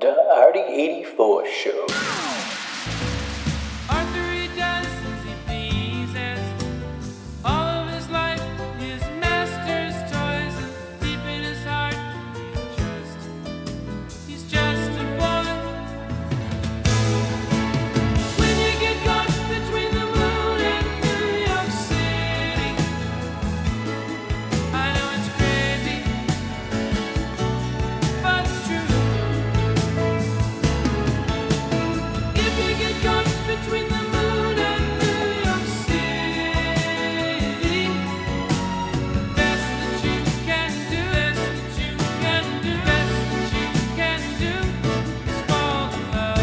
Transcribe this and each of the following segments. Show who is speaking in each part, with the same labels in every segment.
Speaker 1: The RD84 Show.
Speaker 2: Arthur he does as he pleases. All of his life, his master's toys, and deep in his heart, he's just, he's just a boy. When you get caught between the moon and New York City, I know it's crazy, but it's true. If you get caught between the moon and New York City, best that you can do, best that you can do, best that you can do is fall in love.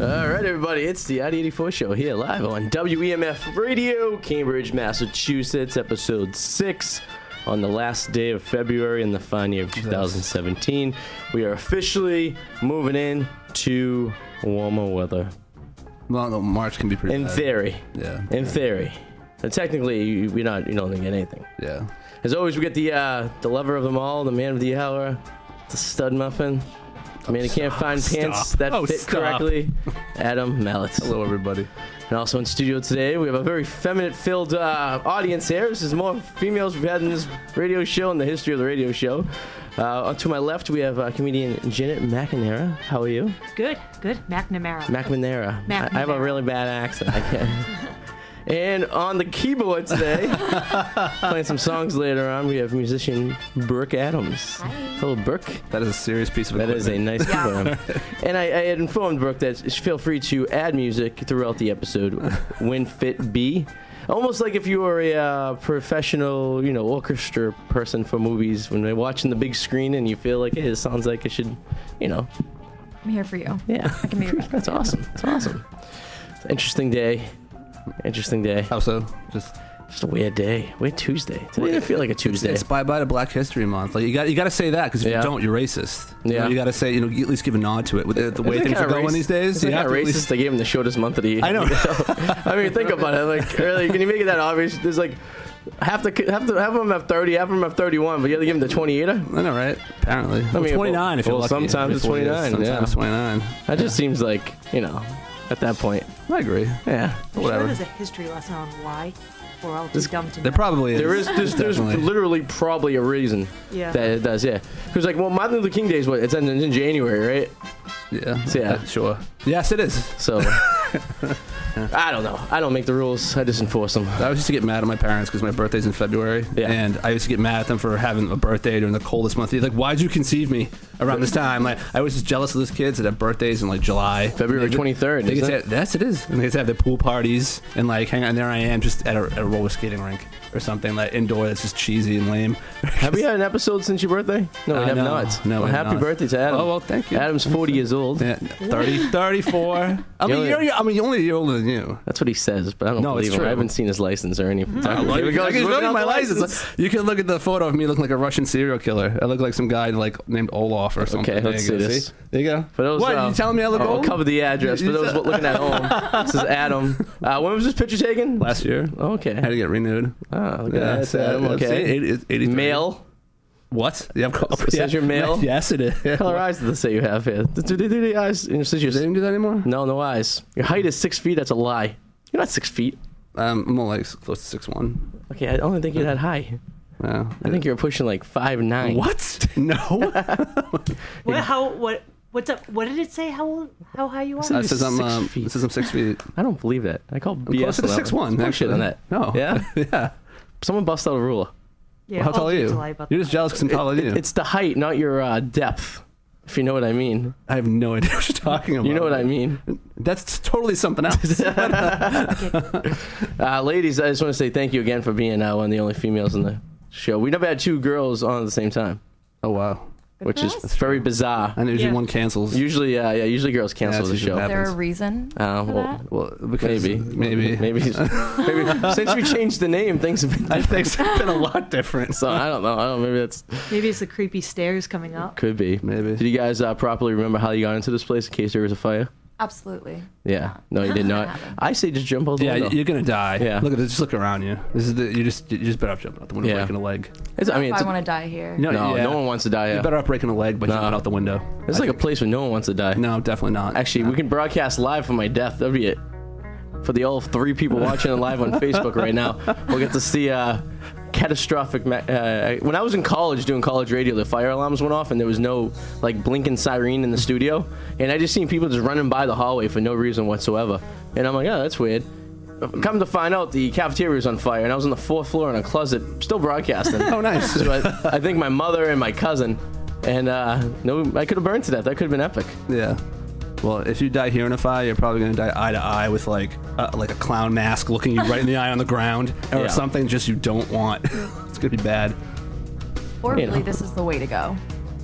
Speaker 3: All right, everybody, it's the ID84 show here live on WEMF Radio, Cambridge, Massachusetts, episode six. On the last day of February in the fine year of 2017, we are officially moving in to warmer weather.
Speaker 4: Well, no, March can be pretty.
Speaker 3: In
Speaker 4: bad.
Speaker 3: theory,
Speaker 4: Yeah.
Speaker 3: in theory, and technically, you- we're not. You don't get anything.
Speaker 4: Yeah.
Speaker 3: As always, we get the uh, the lover of them all, the man of the hour, the stud muffin. I mean, I can't find pants
Speaker 4: Stop.
Speaker 3: that
Speaker 4: Oh,
Speaker 3: fit
Speaker 4: stop.
Speaker 3: correctly. Adam Mallett.
Speaker 4: Hello, everybody.
Speaker 3: And also in studio today, we have a very feminine-filled uh, audience here. This is more females we've had in this radio show in the history of the radio show. Uh, to my left, we have uh, comedian Janet McNamara. How are you?
Speaker 5: Good, good. McNamara.
Speaker 3: McNamara. I, I have a
Speaker 5: McNamara.
Speaker 3: really bad accent. I can't. and on the keyboard today, playing some songs later on, we have musician Brooke Adams.
Speaker 5: Hi.
Speaker 3: Hello, Brooke.
Speaker 4: That is a serious piece of
Speaker 3: That is a
Speaker 4: equipment.
Speaker 3: nice program. and I, I had informed Brooke that sh- feel free to add music throughout the episode when fit be. Almost like if you were a uh, professional, you know, orchestra person for movies, when they're watching the big screen and you feel like, hey, this sounds like it should, you know,
Speaker 6: I'm here for you.
Speaker 3: yeah.
Speaker 6: I can be your
Speaker 3: That's awesome. That's awesome. It's an interesting day. Interesting day.
Speaker 4: How so? Just
Speaker 3: Just a weird day. Weird Tuesday. Today didn't feel like a Tuesday.
Speaker 4: it's bye bye to Black History Month. Like you got you got to say that because if
Speaker 3: Yeah.
Speaker 4: you don't, you're racist. You,
Speaker 3: Yeah.
Speaker 4: know, you got to say you know you at least give a nod to it with the, the way
Speaker 3: Isn't it
Speaker 4: things are
Speaker 3: kinda
Speaker 4: going
Speaker 3: racist-
Speaker 4: these days.
Speaker 3: Isn't
Speaker 4: you
Speaker 3: it
Speaker 4: have
Speaker 3: kinda
Speaker 4: to at
Speaker 3: racist?
Speaker 4: least-
Speaker 3: They gave him the shortest month of the year.
Speaker 4: I know.
Speaker 3: I mean, think about it. Like, really, can you make it that obvious? There's like half the half the half of them have 30, half of them have 31, but you have to give them the 28er.
Speaker 4: I know, right? Apparently, I
Speaker 3: mean,
Speaker 4: 29 if you're
Speaker 3: well,
Speaker 4: lucky.
Speaker 3: sometimes it's
Speaker 4: 40 is,
Speaker 3: 29,
Speaker 4: Sometimes
Speaker 3: yeah.
Speaker 4: it's 29.
Speaker 3: That just seems like you know, at that point,
Speaker 4: I agree.
Speaker 3: yeah.
Speaker 5: Sure
Speaker 4: Whatever.
Speaker 5: there's a history lesson on why we're all too
Speaker 3: This-
Speaker 5: dumb to know.
Speaker 4: There probably is.
Speaker 3: There is there's, there's
Speaker 4: Definitely.
Speaker 3: literally probably a reason
Speaker 5: Yeah.
Speaker 3: that it does, yeah. Because like, well, Martin Luther King Day is what it's in, in January, right?
Speaker 4: Yeah.
Speaker 3: Yeah.
Speaker 4: Uh, Sure. Yes, it is.
Speaker 3: So I don't know. I don't make the rules. I just enforce them.
Speaker 4: I used to get mad at my parents because my birthday's in February,
Speaker 3: Yeah.
Speaker 4: and I used to get mad at them for having a birthday during the coldest month. They're Like, why'd you conceive me around this time? Like, I was just jealous of those kids that have birthdays in like July,
Speaker 3: February
Speaker 4: They-
Speaker 3: 23rd,
Speaker 4: They get
Speaker 3: isn't
Speaker 4: to,
Speaker 3: it?
Speaker 4: yes, it is. And they get to have their pool parties and like hang out. And there I am, just at a, at a roller skating rink or something like indoor. That's just cheesy and lame.
Speaker 3: Have we had an episode since your birthday? No, we
Speaker 4: Uh,
Speaker 3: have
Speaker 4: no.
Speaker 3: not.
Speaker 4: No, we
Speaker 3: Well,
Speaker 4: have
Speaker 3: happy
Speaker 4: not.
Speaker 3: birthday to Adam.
Speaker 4: Oh, well, thank you.
Speaker 3: Adam's 40 years old.
Speaker 4: Yeah, 30, 34. I'm
Speaker 3: You're
Speaker 4: a
Speaker 3: only-
Speaker 4: year. I'm a- only a year older than you.
Speaker 3: That's what he says, but I don't
Speaker 4: No, it's
Speaker 3: believe him. I
Speaker 4: true.
Speaker 3: haven't seen his license or anything.
Speaker 4: Like, I can look at my license. You can look at the photo of me looking like a Russian serial killer. I look like some guy like named Olaf or something.
Speaker 3: Okay,
Speaker 4: There
Speaker 3: let's
Speaker 4: you go,
Speaker 3: see this.
Speaker 4: There you go.
Speaker 3: For those,
Speaker 4: what?
Speaker 3: uh,
Speaker 4: you telling me I look
Speaker 3: I'll
Speaker 4: old?
Speaker 3: cover the address for
Speaker 4: You
Speaker 3: those
Speaker 4: said-
Speaker 3: looking at home. This is Adam. Uh, when was this picture taken?
Speaker 4: Last year, I had
Speaker 3: Okay.
Speaker 4: to get renewed.
Speaker 3: Ah, look at that. Oh. It's
Speaker 4: uh,
Speaker 3: Adam.
Speaker 4: let's see,
Speaker 3: Okay.
Speaker 4: 80 it's 83.
Speaker 3: Male.
Speaker 4: What? Yeah, I'm co-
Speaker 3: It says you're male?
Speaker 4: Yes, it is.
Speaker 3: What color eyes do they say you have here? Do they do the eyes? and it says
Speaker 4: They
Speaker 3: you're-
Speaker 4: didn't do that anymore.
Speaker 3: No, no eyes. Your height is six feet. That's a lie. You're not six feet.
Speaker 4: Um, I'm more like s- close to six one.
Speaker 3: Okay, I don't think you're that high.
Speaker 4: No.
Speaker 3: I think you're pushing like five nine.
Speaker 4: What? No. Uh,
Speaker 5: What, how, what, what's up? What did it say? How old, how high you are?
Speaker 4: I says I'm
Speaker 3: Six
Speaker 4: um,
Speaker 3: feet.
Speaker 4: it says I'm six feet.
Speaker 3: I don't believe that. I call BS.
Speaker 4: Closer to
Speaker 3: on that
Speaker 4: six one.
Speaker 3: Bullshit
Speaker 4: actually.
Speaker 3: on that.
Speaker 4: No.
Speaker 3: Yeah.
Speaker 4: yeah.
Speaker 3: Someone bust out a ruler.
Speaker 5: yeah,
Speaker 4: How
Speaker 5: all
Speaker 4: tall are
Speaker 5: kids
Speaker 4: you?
Speaker 5: lie about
Speaker 4: You're
Speaker 5: that.
Speaker 4: just jealous because I'm taller than you.
Speaker 3: It's the height, not your uh, depth. If you know what I mean.
Speaker 4: I have no idea what you're talking about.
Speaker 3: You know what I mean.
Speaker 4: That's totally something else.
Speaker 3: Uh, ladies, I just want to say thank you again for being uh, one of the only females in the show. We never had two girls on at the same time,
Speaker 4: oh wow.
Speaker 3: which is
Speaker 6: for us.
Speaker 3: very bizarre.
Speaker 4: And usually
Speaker 5: Yeah.
Speaker 4: one cancels.
Speaker 3: Usually, uh, yeah, usually girls cancel
Speaker 4: it's
Speaker 3: the
Speaker 4: usually
Speaker 3: show.
Speaker 6: Is
Speaker 4: bad.
Speaker 6: there a reason?
Speaker 3: Uh,
Speaker 6: for
Speaker 3: well,
Speaker 6: that?
Speaker 4: well, because
Speaker 3: maybe,
Speaker 4: maybe,
Speaker 3: maybe, maybe. Since we changed the name, things have been.
Speaker 4: I
Speaker 3: Different.
Speaker 4: think it's been a lot different.
Speaker 3: So I don't know. I don't. Maybe that's
Speaker 5: Maybe it's the creepy stairs coming up.
Speaker 3: could be.
Speaker 4: Maybe.
Speaker 3: Did you guys uh, properly remember how you got into this place in case there was a fire?
Speaker 6: Absolutely.
Speaker 3: Yeah. No, you did not. I say just jump out the
Speaker 4: Yeah,
Speaker 3: window.
Speaker 4: you're gonna die.
Speaker 3: Yeah.
Speaker 4: Look at this. Just look around you. This is the you just you just better off jumping out the window,
Speaker 3: Yeah.
Speaker 4: breaking a leg.
Speaker 3: It's- I mean,
Speaker 6: If
Speaker 3: it's
Speaker 6: I
Speaker 3: a-
Speaker 6: want to die here.
Speaker 3: no,
Speaker 4: yeah.
Speaker 3: no one wants to die.
Speaker 4: You
Speaker 3: Yeah.
Speaker 4: better off breaking a leg by jumping
Speaker 3: Nah.
Speaker 4: out the window.
Speaker 3: It's
Speaker 4: I
Speaker 3: like a
Speaker 4: think-
Speaker 3: place where no one wants to die.
Speaker 4: no, definitely not.
Speaker 3: Actually, we can broadcast live from my death. That'd be it. For the all three people watching it live on Facebook right now, we'll get to see uh, catastrophic. Ma- uh, when I was in college doing college radio, the fire alarms went off and there was no like blinking siren in the studio, and I just seen people just running by the hallway for no reason whatsoever, and I'm like, oh, that's weird. Come to find out, the cafeteria was on fire, and I was on the fourth floor in a closet, still broadcasting.
Speaker 4: oh, nice.
Speaker 3: So I, I think my mother and my cousin, and uh, no, I could have burned to death. That could have been epic.
Speaker 4: yeah. Well, if you die here in a fire, you're probably gonna die eye to eye with like uh, like a clown mask looking you right in the eye on the ground or
Speaker 3: Yeah.
Speaker 4: something just you don't want. it's gonna be bad.
Speaker 6: Or
Speaker 3: You
Speaker 6: really,
Speaker 3: know.
Speaker 6: this is the way to go.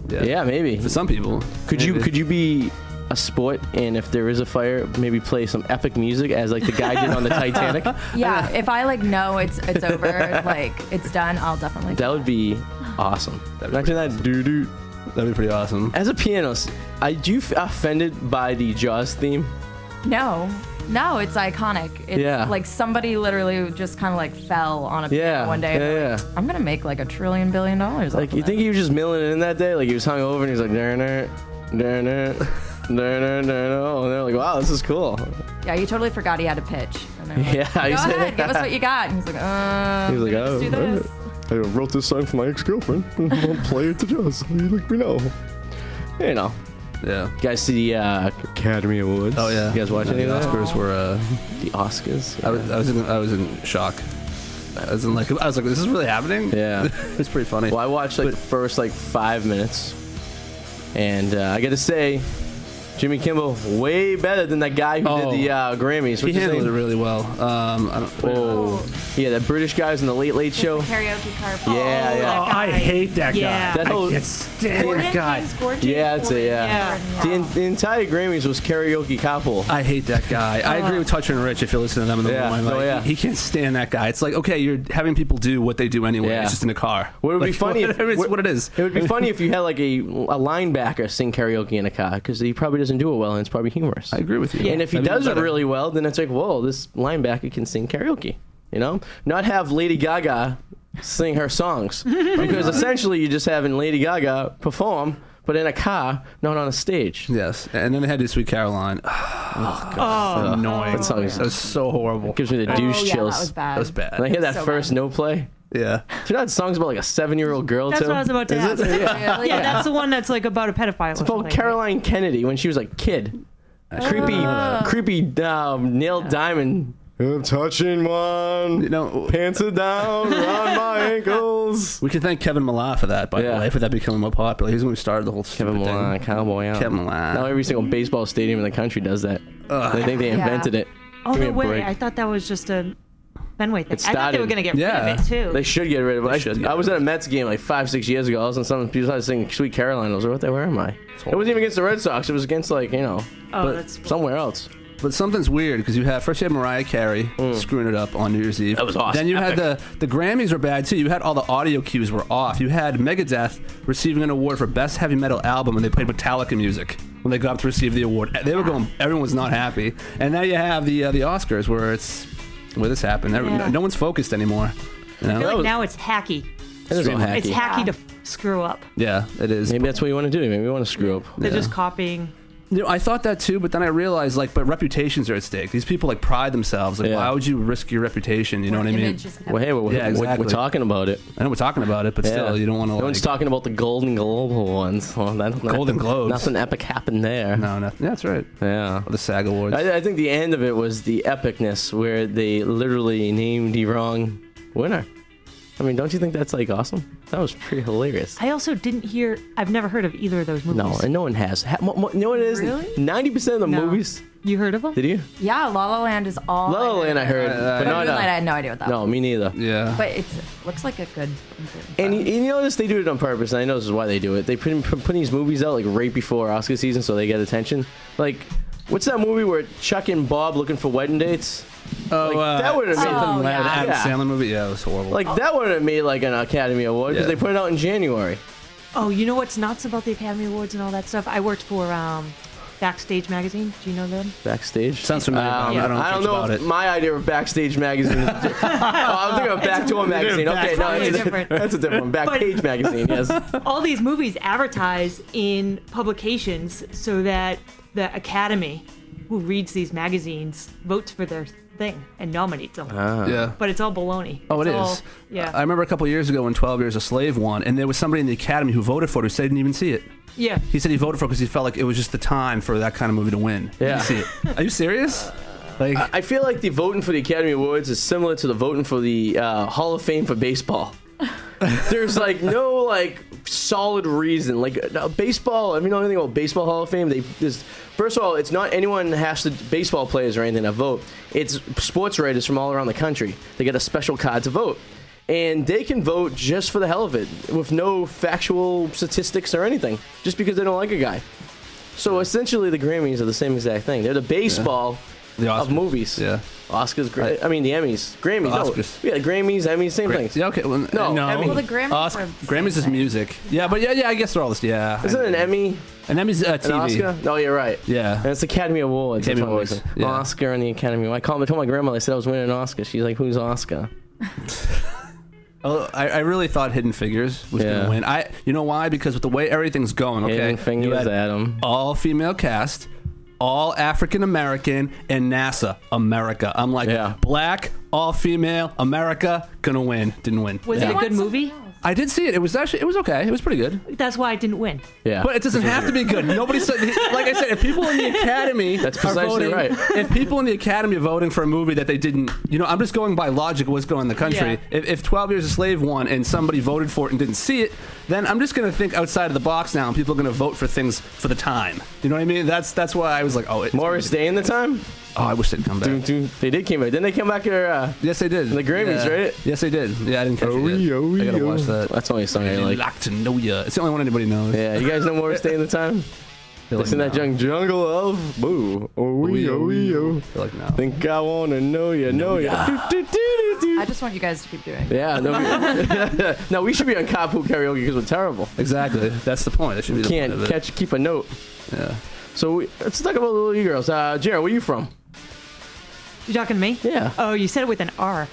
Speaker 3: Yeah, maybe.
Speaker 4: For some people,
Speaker 3: Could you could you be a sport and if there is a fire, maybe play some epic music as like the guy did on the Titanic?
Speaker 6: Yeah. If I like know it's it's over, like it's done, I'll definitely.
Speaker 3: That would be awesome.
Speaker 4: That'd be
Speaker 3: Imagine
Speaker 4: pretty
Speaker 3: that, doo doo. Eh.
Speaker 4: That'd be pretty awesome.
Speaker 3: As a pianist, are you f- offended by the Jaws theme?
Speaker 6: No, no, it's iconic. It's
Speaker 3: Yeah.
Speaker 6: like somebody literally just kind of like fell on a piano
Speaker 3: Yeah,
Speaker 6: one
Speaker 3: yeah,
Speaker 6: day. and they're
Speaker 3: yeah.
Speaker 6: like, I'm gonna make like a trillion billion dollars.
Speaker 3: Like you think he was just milling it in that day? Like he was hung over and he's like, nah, nah, nah, nah, nah, nah, nah, nah. Oh, and they're like, wow, this is cool.
Speaker 6: Yeah, you totally forgot he had a pitch. And they're like,
Speaker 3: Yeah,
Speaker 6: Go
Speaker 3: he's-
Speaker 6: ahead, give us what you got. And he's like, uh.
Speaker 3: He was like,
Speaker 6: let's
Speaker 3: oh,
Speaker 6: do this.
Speaker 3: I wrote this song for my ex-girlfriend. I'll play it to Jaws. Like we know, you know.
Speaker 4: Yeah.
Speaker 3: You guys see the uh, Academy Awards?
Speaker 4: Oh yeah.
Speaker 3: You guys watch
Speaker 4: No,
Speaker 3: any of
Speaker 4: the
Speaker 3: that?
Speaker 4: Oscars were uh,
Speaker 3: The Oscars.
Speaker 4: I was, I was in I was in shock. I was in like I was like, this is really happening.
Speaker 3: Yeah.
Speaker 4: it's pretty funny.
Speaker 3: Well, I watched like the first like five minutes, and uh, I got to say, Jimmy Kimmel way better than that guy who
Speaker 4: Oh.
Speaker 3: did the uh, Grammys.
Speaker 4: he
Speaker 3: What's his
Speaker 4: handled it
Speaker 3: name?
Speaker 4: really well. Um, I don't.
Speaker 3: Oh, yeah, that British guy was in the Late Late
Speaker 6: Just
Speaker 3: Show.
Speaker 6: the Karaoke
Speaker 3: Yeah,
Speaker 6: car. Oh,
Speaker 3: yeah.
Speaker 6: that
Speaker 7: Oh, I
Speaker 6: guy.
Speaker 7: hate that guy.
Speaker 5: Yeah.
Speaker 3: That whole-
Speaker 7: I can't stand
Speaker 6: Gordon,
Speaker 7: that guy.
Speaker 6: James Gordon?
Speaker 3: yeah, that's it. Yeah.
Speaker 5: Yeah.
Speaker 3: The, en- the entire Grammys was karaoke couple.
Speaker 4: I hate that guy. I agree with Touch and Rich. If you listen to them in the
Speaker 3: Yeah.
Speaker 4: morning, like,
Speaker 3: Oh, yeah.
Speaker 4: he, he can't stand that guy. It's like okay, you're having people do what they do anyway.
Speaker 3: Yeah.
Speaker 4: It's just in a car.
Speaker 3: What would be
Speaker 4: Like,
Speaker 3: funny? if-
Speaker 4: whatever, it's what it is.
Speaker 3: It would be funny if you had like a, a linebacker sing karaoke in a car because he probably doesn't do it well and it's probably humorous.
Speaker 4: I agree with you.
Speaker 3: And if he
Speaker 4: That'd be
Speaker 3: does it
Speaker 4: better.
Speaker 3: really well, then it's like, whoa, this linebacker can sing karaoke. You know, not have Lady Gaga sing her songs because essentially you're just having Lady Gaga perform, but in a car, not on a stage.
Speaker 4: yes. And then they had this Sweet Caroline. Oh, God, so annoying.
Speaker 3: That song is-
Speaker 4: That was so horrible.
Speaker 3: Gives me the douche
Speaker 6: Oh, yeah,
Speaker 3: chills.
Speaker 6: That was bad.
Speaker 4: That was bad.
Speaker 3: When I hear that
Speaker 6: So
Speaker 3: first
Speaker 6: bad.
Speaker 3: no play,
Speaker 4: yeah.
Speaker 3: do you know that song's about like a seven-year-old girl
Speaker 5: That's
Speaker 3: too?
Speaker 5: what I was about to ask.
Speaker 6: Really?
Speaker 5: Yeah, that's the one that's like about a pedophile. It's
Speaker 3: Well, Caroline Kennedy when she was like kid. creepy, creepy um, Neil Diamond. I'm touching
Speaker 4: You
Speaker 3: one.
Speaker 4: know,
Speaker 3: Pants are down around my ankles.
Speaker 4: we can thank Kevin Millar for that. By
Speaker 3: Yeah.
Speaker 4: the way, for that becoming more popular. He's when we started the whole
Speaker 3: Kevin
Speaker 4: stupid
Speaker 3: Millar,
Speaker 4: Thing.
Speaker 3: cowboy. Out.
Speaker 4: Kevin Millar.
Speaker 3: Now every single baseball stadium in the country does that. They think they
Speaker 6: Yeah.
Speaker 3: invented it.
Speaker 5: Oh
Speaker 3: Give me
Speaker 5: no,
Speaker 3: a
Speaker 5: wait,
Speaker 3: break.
Speaker 5: I thought that was just a Fenway thing. I thought
Speaker 3: started-
Speaker 5: they were gonna get
Speaker 4: Yeah.
Speaker 5: rid of it too.
Speaker 3: They should get rid of it. I,
Speaker 4: should get
Speaker 3: I was at a Mets game like five, six years ago. I was on some people started singing "Sweet Caroline." I was like, "What the? Where am I?" It wasn't even against the Red Sox. It was against like you know
Speaker 5: oh, that's
Speaker 3: somewhere else.
Speaker 4: But something's weird because you had first you had Mariah Carey screwing it up on New Year's Eve.
Speaker 3: Mm. That was awesome.
Speaker 4: Then you had the the Grammys were bad too. You had all the audio cues were off. You had Megadeth receiving an award for best heavy metal album, and they played Metallica music when they got up to receive the award. They were going. Everyone was not happy. And now you have the uh, the Oscars where it's where this happened. Every-
Speaker 5: Yeah.
Speaker 4: No, no one's focused anymore. you know?
Speaker 5: I feel like
Speaker 3: was-
Speaker 5: now it's hacky.
Speaker 3: It is all hacky.
Speaker 5: It's hacky to f- screw up.
Speaker 4: Yeah, it is.
Speaker 3: Maybe that's what you want to do. Maybe you want to screw up.
Speaker 5: They're just copying.
Speaker 4: You know, I thought that too, but then I realized like, but reputations are at stake. These people like pride themselves. Like,
Speaker 3: Yeah.
Speaker 4: why would you risk your reputation? You know what I mean?
Speaker 6: Image is-
Speaker 3: Well, hey, we're,
Speaker 4: Yeah,
Speaker 3: we're-
Speaker 4: exactly.
Speaker 3: we're talking about it.
Speaker 4: I know we're talking about it, but still, you don't want to.
Speaker 3: No
Speaker 4: like,
Speaker 3: one's talking about the Golden Globe ones. Well, that, nothing-
Speaker 4: Golden Globes.
Speaker 3: Nothing epic happened there.
Speaker 4: No, no, that's right.
Speaker 3: Yeah.
Speaker 4: The SAG Awards.
Speaker 3: I, I think the end of it was the epicness where they literally named the wrong winner. I mean, don't you think that's like awesome? That was pretty hilarious.
Speaker 5: I also didn't hear. I've never heard of either of those movies.
Speaker 3: No, and no one has. Ha, mo, mo, you know what it is?
Speaker 6: Really?
Speaker 3: Ninety percent of the
Speaker 5: No.
Speaker 3: movies.
Speaker 5: You heard of them?
Speaker 3: Did you?
Speaker 6: Yeah, La La Land is all.
Speaker 3: La La Land, I heard,
Speaker 4: Uh,
Speaker 3: but not.
Speaker 6: Moonlight, I
Speaker 3: Uh,
Speaker 6: had no idea what that
Speaker 3: no,
Speaker 6: was.
Speaker 3: me neither.
Speaker 4: yeah.
Speaker 6: But it looks like a good.
Speaker 3: And you, and you notice they do it on purpose, and I know this is why they do it. They put, put, put these movies out like right before Oscar season so they get attention. Like, what's that movie where Chuck and Bob looking for wedding dates?
Speaker 4: oh,
Speaker 3: like, that would've made-
Speaker 4: something like
Speaker 6: Oh,
Speaker 4: that. Adam
Speaker 3: yeah.
Speaker 4: Sandler movie. Yeah, it was horrible.
Speaker 3: Like, that would have made like an Academy Award because
Speaker 4: Yeah.
Speaker 3: they put it out in January.
Speaker 5: Oh, you know what's nuts about the Academy Awards and all that stuff? I worked for um, Backstage magazine. Do you know them?
Speaker 3: Backstage
Speaker 4: Sounds familiar, but I
Speaker 3: Um,
Speaker 4: don't know
Speaker 3: I don't
Speaker 4: much
Speaker 3: know
Speaker 4: about
Speaker 3: if
Speaker 4: it.
Speaker 3: my idea of backstage magazine. Is oh, I'm thinking of backdoor magazine. Okay, no,
Speaker 5: Probably
Speaker 3: that's a,
Speaker 5: different.
Speaker 3: that's a different one. Backpage magazine. Yes.
Speaker 5: All these movies advertise in publications so that the Academy, who reads these magazines, votes for their thing and nominates them.
Speaker 3: Uh-huh.
Speaker 4: yeah.
Speaker 5: But it's all baloney.
Speaker 4: Oh, it
Speaker 6: It's all-
Speaker 4: is.
Speaker 5: yeah.
Speaker 4: I remember a couple years ago when 12 Years a Slave won, and there was somebody in the Academy who voted for it who said he didn't even see it.
Speaker 5: Yeah.
Speaker 4: He said he voted for it because he felt like it was just the time for that kind of movie to win. He
Speaker 3: Yeah.
Speaker 4: didn't see it. Are you serious? Like,
Speaker 3: I feel like the voting for the Academy Awards is similar to the voting for the uh, Hall of Fame for baseball. There's like no like solid reason. Like no, baseball, I mean, know anything about baseball Hall of Fame. They just first of all, it's not anyone has to baseball players or anything to vote. It's sports writers from all around the country. They get a special card to vote, and they can vote just for the hell of it, with no factual statistics or anything, just because they don't like a guy. So essentially, the Grammys are the same exact thing. They're the baseball
Speaker 4: The
Speaker 3: of
Speaker 4: Oscars.
Speaker 3: movies.
Speaker 4: Yeah.
Speaker 3: Oscars, Gra- I mean the Emmys, Grammys, no.
Speaker 4: Oscars.
Speaker 3: yeah, Grammys, Emmys, same thing.
Speaker 4: Yeah, okay. Well,
Speaker 3: No,
Speaker 4: no.
Speaker 3: Emmy. Well,
Speaker 6: the Grammys
Speaker 4: Osc-
Speaker 6: are the
Speaker 4: Grammys is
Speaker 6: same
Speaker 4: music. Yeah, but yeah, yeah, I guess they're all this. Yeah.
Speaker 3: Isn't it an Emmy,
Speaker 4: And Emmy's uh, TV.
Speaker 3: an Oscar? No, you're right.
Speaker 4: Yeah.
Speaker 3: and it's Academy Awards.
Speaker 4: Academy
Speaker 3: That's what it
Speaker 4: Awards,
Speaker 3: is.
Speaker 4: yeah.
Speaker 3: Oscar and the Academy. I called. I told my grandmother I said I was winning an Oscar. She's like, "Who's Oscar?"
Speaker 4: Oh, I, I really thought Hidden Figures was
Speaker 3: Yeah.
Speaker 4: gonna win. I, you know why? Because with the way everything's going, okay,
Speaker 3: Hidden Fingers,
Speaker 4: you had
Speaker 3: Adam.
Speaker 4: all female cast, all African American, and NASA America. I'm like,
Speaker 3: Yeah.
Speaker 4: black, all female, America, gonna win. Didn't win.
Speaker 5: Was
Speaker 4: Yeah.
Speaker 5: it a good movie?
Speaker 4: I did see it. It was actually, it was okay. It was pretty good.
Speaker 5: That's why I didn't win.
Speaker 3: Yeah,
Speaker 4: But it doesn't have to be good. Nobody said, like I said, if people in the academy
Speaker 3: That's
Speaker 4: are
Speaker 3: precisely
Speaker 4: voting,
Speaker 3: right.
Speaker 4: if people in the academy are voting for a movie that they didn't, you know, I'm just going by logic of what's going on in the country.
Speaker 5: Yeah.
Speaker 4: If, if 12 Years a Slave won and somebody voted for it and didn't see it, then I'm just going to think outside of the box now, and people are going to vote for things for the time. You know what I mean? That's that's why I was like, oh, it's
Speaker 3: Morris Day in the time.
Speaker 4: Oh, I wish they'd come back.
Speaker 3: Doom, doom. They did came back. Didn't they come back here? Uh,
Speaker 4: Yes, they did.
Speaker 3: The Grammys,
Speaker 4: Yeah.
Speaker 3: right?
Speaker 4: Yes, they did. Yeah, I didn't catch it. Yet.
Speaker 3: oh,
Speaker 4: I gotta watch that.
Speaker 3: that's only a song I like.
Speaker 4: Locked to know ya. It's the only one anybody knows.
Speaker 3: Yeah, you guys know Morris Day in the time.
Speaker 4: They're like,
Speaker 3: Listen to that
Speaker 4: no.
Speaker 3: jung- jungle of boo. Oh, wee, oh, wee, oh.
Speaker 4: They're like, no.
Speaker 3: Think I wanna know you, know you.
Speaker 6: I just want you guys to keep doing. it.
Speaker 3: Yeah, no, no, we should be on Kapu karaoke because we're terrible.
Speaker 4: Exactly. That's the point. That should be the point
Speaker 3: Can't
Speaker 4: of it.
Speaker 3: catch, keep a note.
Speaker 4: Yeah.
Speaker 3: So we, let's talk about little e girls. Uh, Jared, where you from?
Speaker 5: You talking to me?
Speaker 3: Yeah.
Speaker 5: Oh, you said it with an R.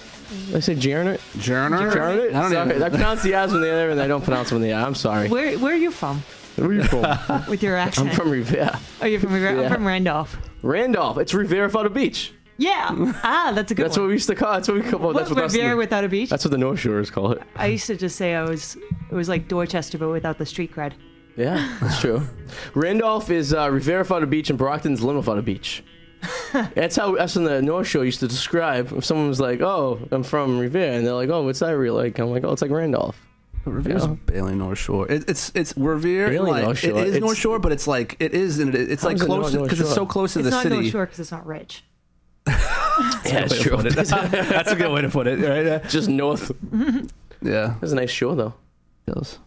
Speaker 3: Did I say Jared.
Speaker 4: Journer?
Speaker 3: Jared.
Speaker 4: I don't
Speaker 3: sorry,
Speaker 4: even.
Speaker 3: I pronounce the A's when they there, and I don't pronounce them when they are. I'm sorry.
Speaker 5: Where Where are you from?
Speaker 3: Where are you from? I'm
Speaker 5: With your accent?
Speaker 3: from Rivera.
Speaker 5: Oh, you're from Rivera.
Speaker 3: Yeah.
Speaker 5: I'm from Randolph.
Speaker 3: Randolph. It's Rivera without a beach.
Speaker 5: Yeah. ah, that's a good
Speaker 3: That's
Speaker 5: one.
Speaker 3: what we used to call. That's what we call. that's what that's,
Speaker 5: Rivera without a beach.
Speaker 3: that's what the North Shores call it.
Speaker 5: I used to just say I was. It was like Dorchester, but without the street cred.
Speaker 3: Yeah, that's true. Randolph is uh, Rivera Fada Beach and Brockton's Lima Fada Beach. that's how us on the North Shore used to describe if someone was like, "Oh, I'm from Rivera," and they're like, "Oh, what's that real like?" I'm like, "Oh, it's like Randolph."
Speaker 4: Revere's Bailey North Shore. It, it's it's Revere.
Speaker 3: Bailey
Speaker 4: like,
Speaker 3: North Shore.
Speaker 4: It is
Speaker 3: It's-
Speaker 4: North Shore, but it's like it is and it, it's like
Speaker 3: is it
Speaker 4: close
Speaker 3: North
Speaker 4: because it's
Speaker 3: Shore?
Speaker 4: so close to
Speaker 5: It's
Speaker 4: the
Speaker 5: not
Speaker 4: city.
Speaker 5: North Shore because it's not rich.
Speaker 3: Yeah, that's true.
Speaker 4: That's a good way to put it. Right? Yeah.
Speaker 3: Just north.
Speaker 4: yeah.
Speaker 3: That's a nice shore though.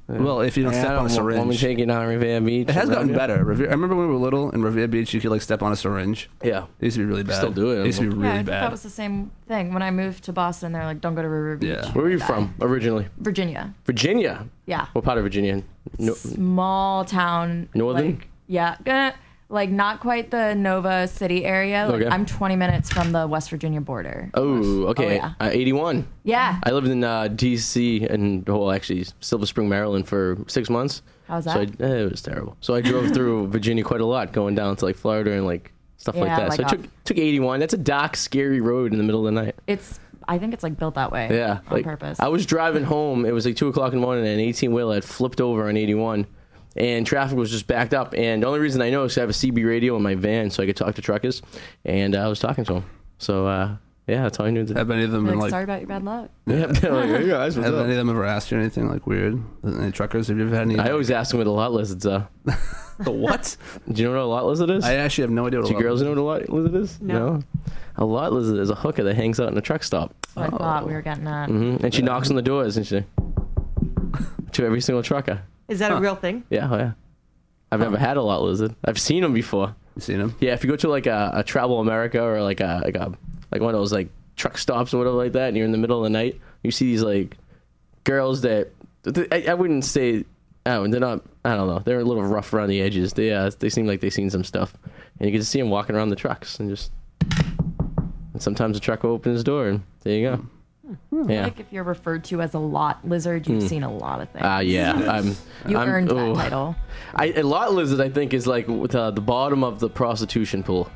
Speaker 4: Well, if you don't step on a
Speaker 3: Woman
Speaker 4: syringe, it
Speaker 3: shaking on Rivera Beach.
Speaker 4: has
Speaker 3: and
Speaker 4: gotten
Speaker 3: Rivera-
Speaker 4: better. Revere, I remember when we were little in Revere Beach, you could like step on a syringe.
Speaker 3: Yeah.
Speaker 4: It used to be really bad.
Speaker 3: Still do it.
Speaker 4: It used to be
Speaker 6: Yeah, I
Speaker 4: really
Speaker 6: think
Speaker 4: bad.
Speaker 6: that was the same thing when I moved to Boston. They're like, "Don't go to River Beach."
Speaker 4: Yeah.
Speaker 3: Where were you from originally?
Speaker 6: Virginia.
Speaker 3: Virginia.
Speaker 6: Yeah,
Speaker 3: What part of Virginia? No,
Speaker 6: small town.
Speaker 3: Northern?
Speaker 6: Like, yeah, eh, like not quite the Nova City area. Like,
Speaker 3: Okay.
Speaker 6: I'm 20 minutes from the West Virginia border.
Speaker 3: oh, okay.
Speaker 6: yeah.
Speaker 3: uh, 81.
Speaker 6: Yeah.
Speaker 3: I lived in uh, D.C. and well, actually Silver Spring, Maryland, for six months.
Speaker 6: How's
Speaker 3: So I,
Speaker 6: that?
Speaker 3: eh, it was terrible. So I drove through Virginia quite a lot, going down to like Florida and like stuff like
Speaker 6: Yeah,
Speaker 3: that. so
Speaker 6: like
Speaker 3: I took took 81. That's a dark, scary road in the middle of the night.
Speaker 6: it's I think it's like built that way.
Speaker 3: Yeah,
Speaker 6: on
Speaker 3: like
Speaker 6: purpose.
Speaker 3: I was driving home. It was like two o'clock in the morning, and an 18 wheeler had flipped over on 81, and traffic was just backed up. And the only reason I know is 'cause I have a CB radio in my van, so I could talk to truckers, and uh, I was talking to them. So uh, yeah, that's all I knew. To
Speaker 4: Have any of them
Speaker 6: Like,
Speaker 4: been like?
Speaker 6: sorry about your bad luck.
Speaker 3: yeah, like, "Hey, guys, what's
Speaker 4: Have
Speaker 3: up?"
Speaker 4: any of them ever asked you anything like weird? Any truckers? Have you ever had any?
Speaker 3: I always ask them what a lot lizard's are.
Speaker 4: the what?
Speaker 3: Do you know what a lot lizard is?
Speaker 4: I actually have no idea. What
Speaker 3: Do
Speaker 4: a lot-
Speaker 3: girls know what a lot lizard is?
Speaker 5: No.
Speaker 3: A lot lizard is a hooker that hangs out in a truck stop.
Speaker 6: So I thought we were getting that.
Speaker 3: Mhm. And she knocks on the doors and she to every single trucker.
Speaker 5: Is that a real thing?
Speaker 3: Yeah, oh yeah. I've never had a lot lizard. I've seen them before.
Speaker 4: You seen them?
Speaker 3: Yeah, if you go to like a, a Travel America or like a like a like one of those like truck stops or whatever like that, and you're in the middle of the night, you see these like girls that th- I, I wouldn't say Oh, and they're not. I don't know. They're a little rough around the edges. They uh, they seem like they've seen some stuff, and you can just see them walking around the trucks and just. And sometimes the truck will open his door, and there you go. Yeah.
Speaker 6: Hmm. Like if you're referred to as a lot lizard, you've seen a lot of things.
Speaker 3: Ah, yeah. I'm. I'm-
Speaker 6: you
Speaker 3: oh,
Speaker 6: earned
Speaker 3: ooh.
Speaker 6: that title.
Speaker 3: I, a lot lizard, I think, is like with, uh, the bottom of the prostitution pool.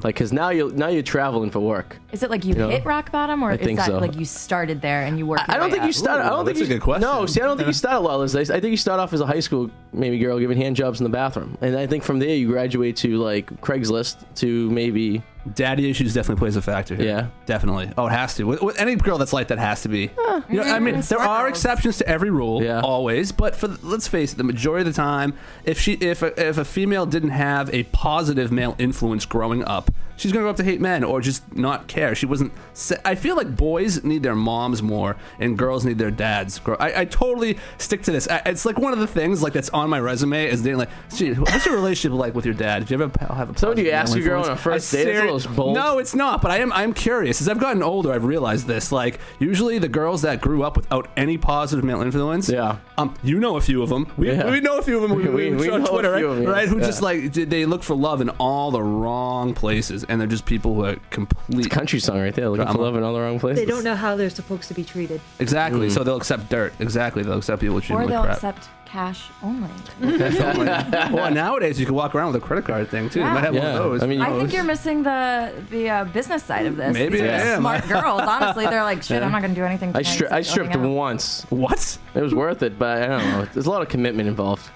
Speaker 3: Like 'cause Like, cause now you now you're traveling for work.
Speaker 6: Is it like you
Speaker 3: Yeah.
Speaker 6: hit rock bottom, or
Speaker 3: I
Speaker 6: is
Speaker 3: think
Speaker 6: that
Speaker 3: so.
Speaker 6: like you started there and you worked?
Speaker 3: I
Speaker 6: your
Speaker 3: don't
Speaker 6: way
Speaker 3: think you
Speaker 6: up?
Speaker 3: start. I
Speaker 4: Ooh,
Speaker 3: don't think
Speaker 4: that's
Speaker 3: you,
Speaker 4: a good question.
Speaker 3: No, see, I don't think you start a lot of this. I I think you start off as a high school maybe girl giving hand jobs in the bathroom, and I think from there you graduate to like Craigslist to maybe
Speaker 4: Daddy issues definitely plays a factor here.
Speaker 3: Yeah.
Speaker 4: Definitely. Oh, it has to. With, with any girl that's like that has to be. You know, I mean, there are
Speaker 6: Squirrels.
Speaker 4: exceptions to every rule,
Speaker 3: Yeah.
Speaker 4: always. But for the- let's face it, the majority of the time, if she if a, if a female didn't have a positive male influence growing up, she's gonna grow up to hate men or just not care. She wasn't. se- I feel like boys need their moms more, and girls need their dads. Grow- I, I totally stick to this. I, it's like one of the things like that's on my resume is dating. Like, gee, what's your relationship like with your dad? Did you ever pa- have a?
Speaker 3: So do you
Speaker 4: positive
Speaker 3: ask
Speaker 4: male
Speaker 3: your girl
Speaker 4: influence?
Speaker 3: on a first
Speaker 4: I
Speaker 3: date? It's a little bold.
Speaker 4: No, it's not, but I am I'm curious. As I've gotten older, I've realized this. Like usually the girls that grew up without any positive male influence,
Speaker 3: Yeah.
Speaker 4: um, you know a few of them. We,
Speaker 3: Yeah.
Speaker 4: we know a few of them. We,
Speaker 3: We-
Speaker 4: we,
Speaker 3: we
Speaker 4: saw on
Speaker 3: know a
Speaker 4: Twitter,
Speaker 3: few
Speaker 4: right?
Speaker 3: of 'em, yes.
Speaker 4: Right? Who just
Speaker 3: Yeah.
Speaker 4: like did they look for love in all the wrong places, and they're just people who are complete
Speaker 3: country song right there. Looking for
Speaker 4: Drama.
Speaker 3: love in all the wrong places.
Speaker 5: They don't know how they're supposed to be treated.
Speaker 4: exactly.
Speaker 3: mm.
Speaker 4: So they'll accept dirt. Exactly, they'll accept people who treat
Speaker 6: Or
Speaker 4: them
Speaker 6: they'll
Speaker 4: like crap.
Speaker 6: accept cash only.
Speaker 4: well, nowadays you can walk around with a credit card thing too. You
Speaker 6: Yeah.
Speaker 4: might have one
Speaker 3: Yeah,
Speaker 4: of those.
Speaker 3: I mean,
Speaker 6: I think you're missing the the uh, business side of this.
Speaker 4: Maybe
Speaker 6: These are
Speaker 4: I am.
Speaker 6: smart girls. Honestly, they're like, shit, I'm not gonna do anything.
Speaker 3: I,
Speaker 6: tonight
Speaker 3: stri-
Speaker 6: except
Speaker 3: I
Speaker 6: going
Speaker 3: stripped
Speaker 6: out.
Speaker 3: once.
Speaker 4: what?
Speaker 3: It was worth it, but I don't know. There's a lot of commitment involved.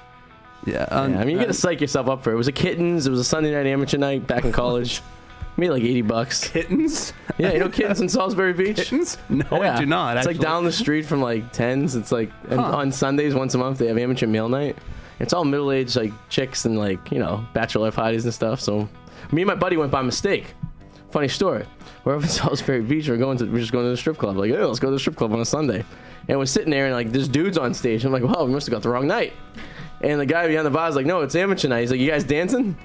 Speaker 4: Yeah, um,
Speaker 3: Yeah, I mean, you
Speaker 4: uh,
Speaker 3: gotta psych yourself up for it. It was a kittens. It was a Sunday night amateur night back in college. Made like 80 bucks.
Speaker 4: kittens.
Speaker 3: Yeah, you know kittens in Salisbury Beach.
Speaker 4: Kittens? No,
Speaker 3: Yeah.
Speaker 4: I Oh, do not.
Speaker 3: It's like
Speaker 4: actually.
Speaker 3: down the street from like tens. It's like and
Speaker 4: Huh.
Speaker 3: on Sundays once a month they have amateur meal night. It's all middle aged like chicks and like you know bachelor parties and stuff. So me and my buddy went by mistake. Funny story. We're up in Salisbury Beach. We're going to we're just going to the strip club. Like yeah, let's go to the strip club on a Sunday. And we're sitting there and like this dude's on stage. I'm like, wow, we must have got the wrong night. And the guy behind the bar is like, no, it's amateur night. He's like, you guys dancing?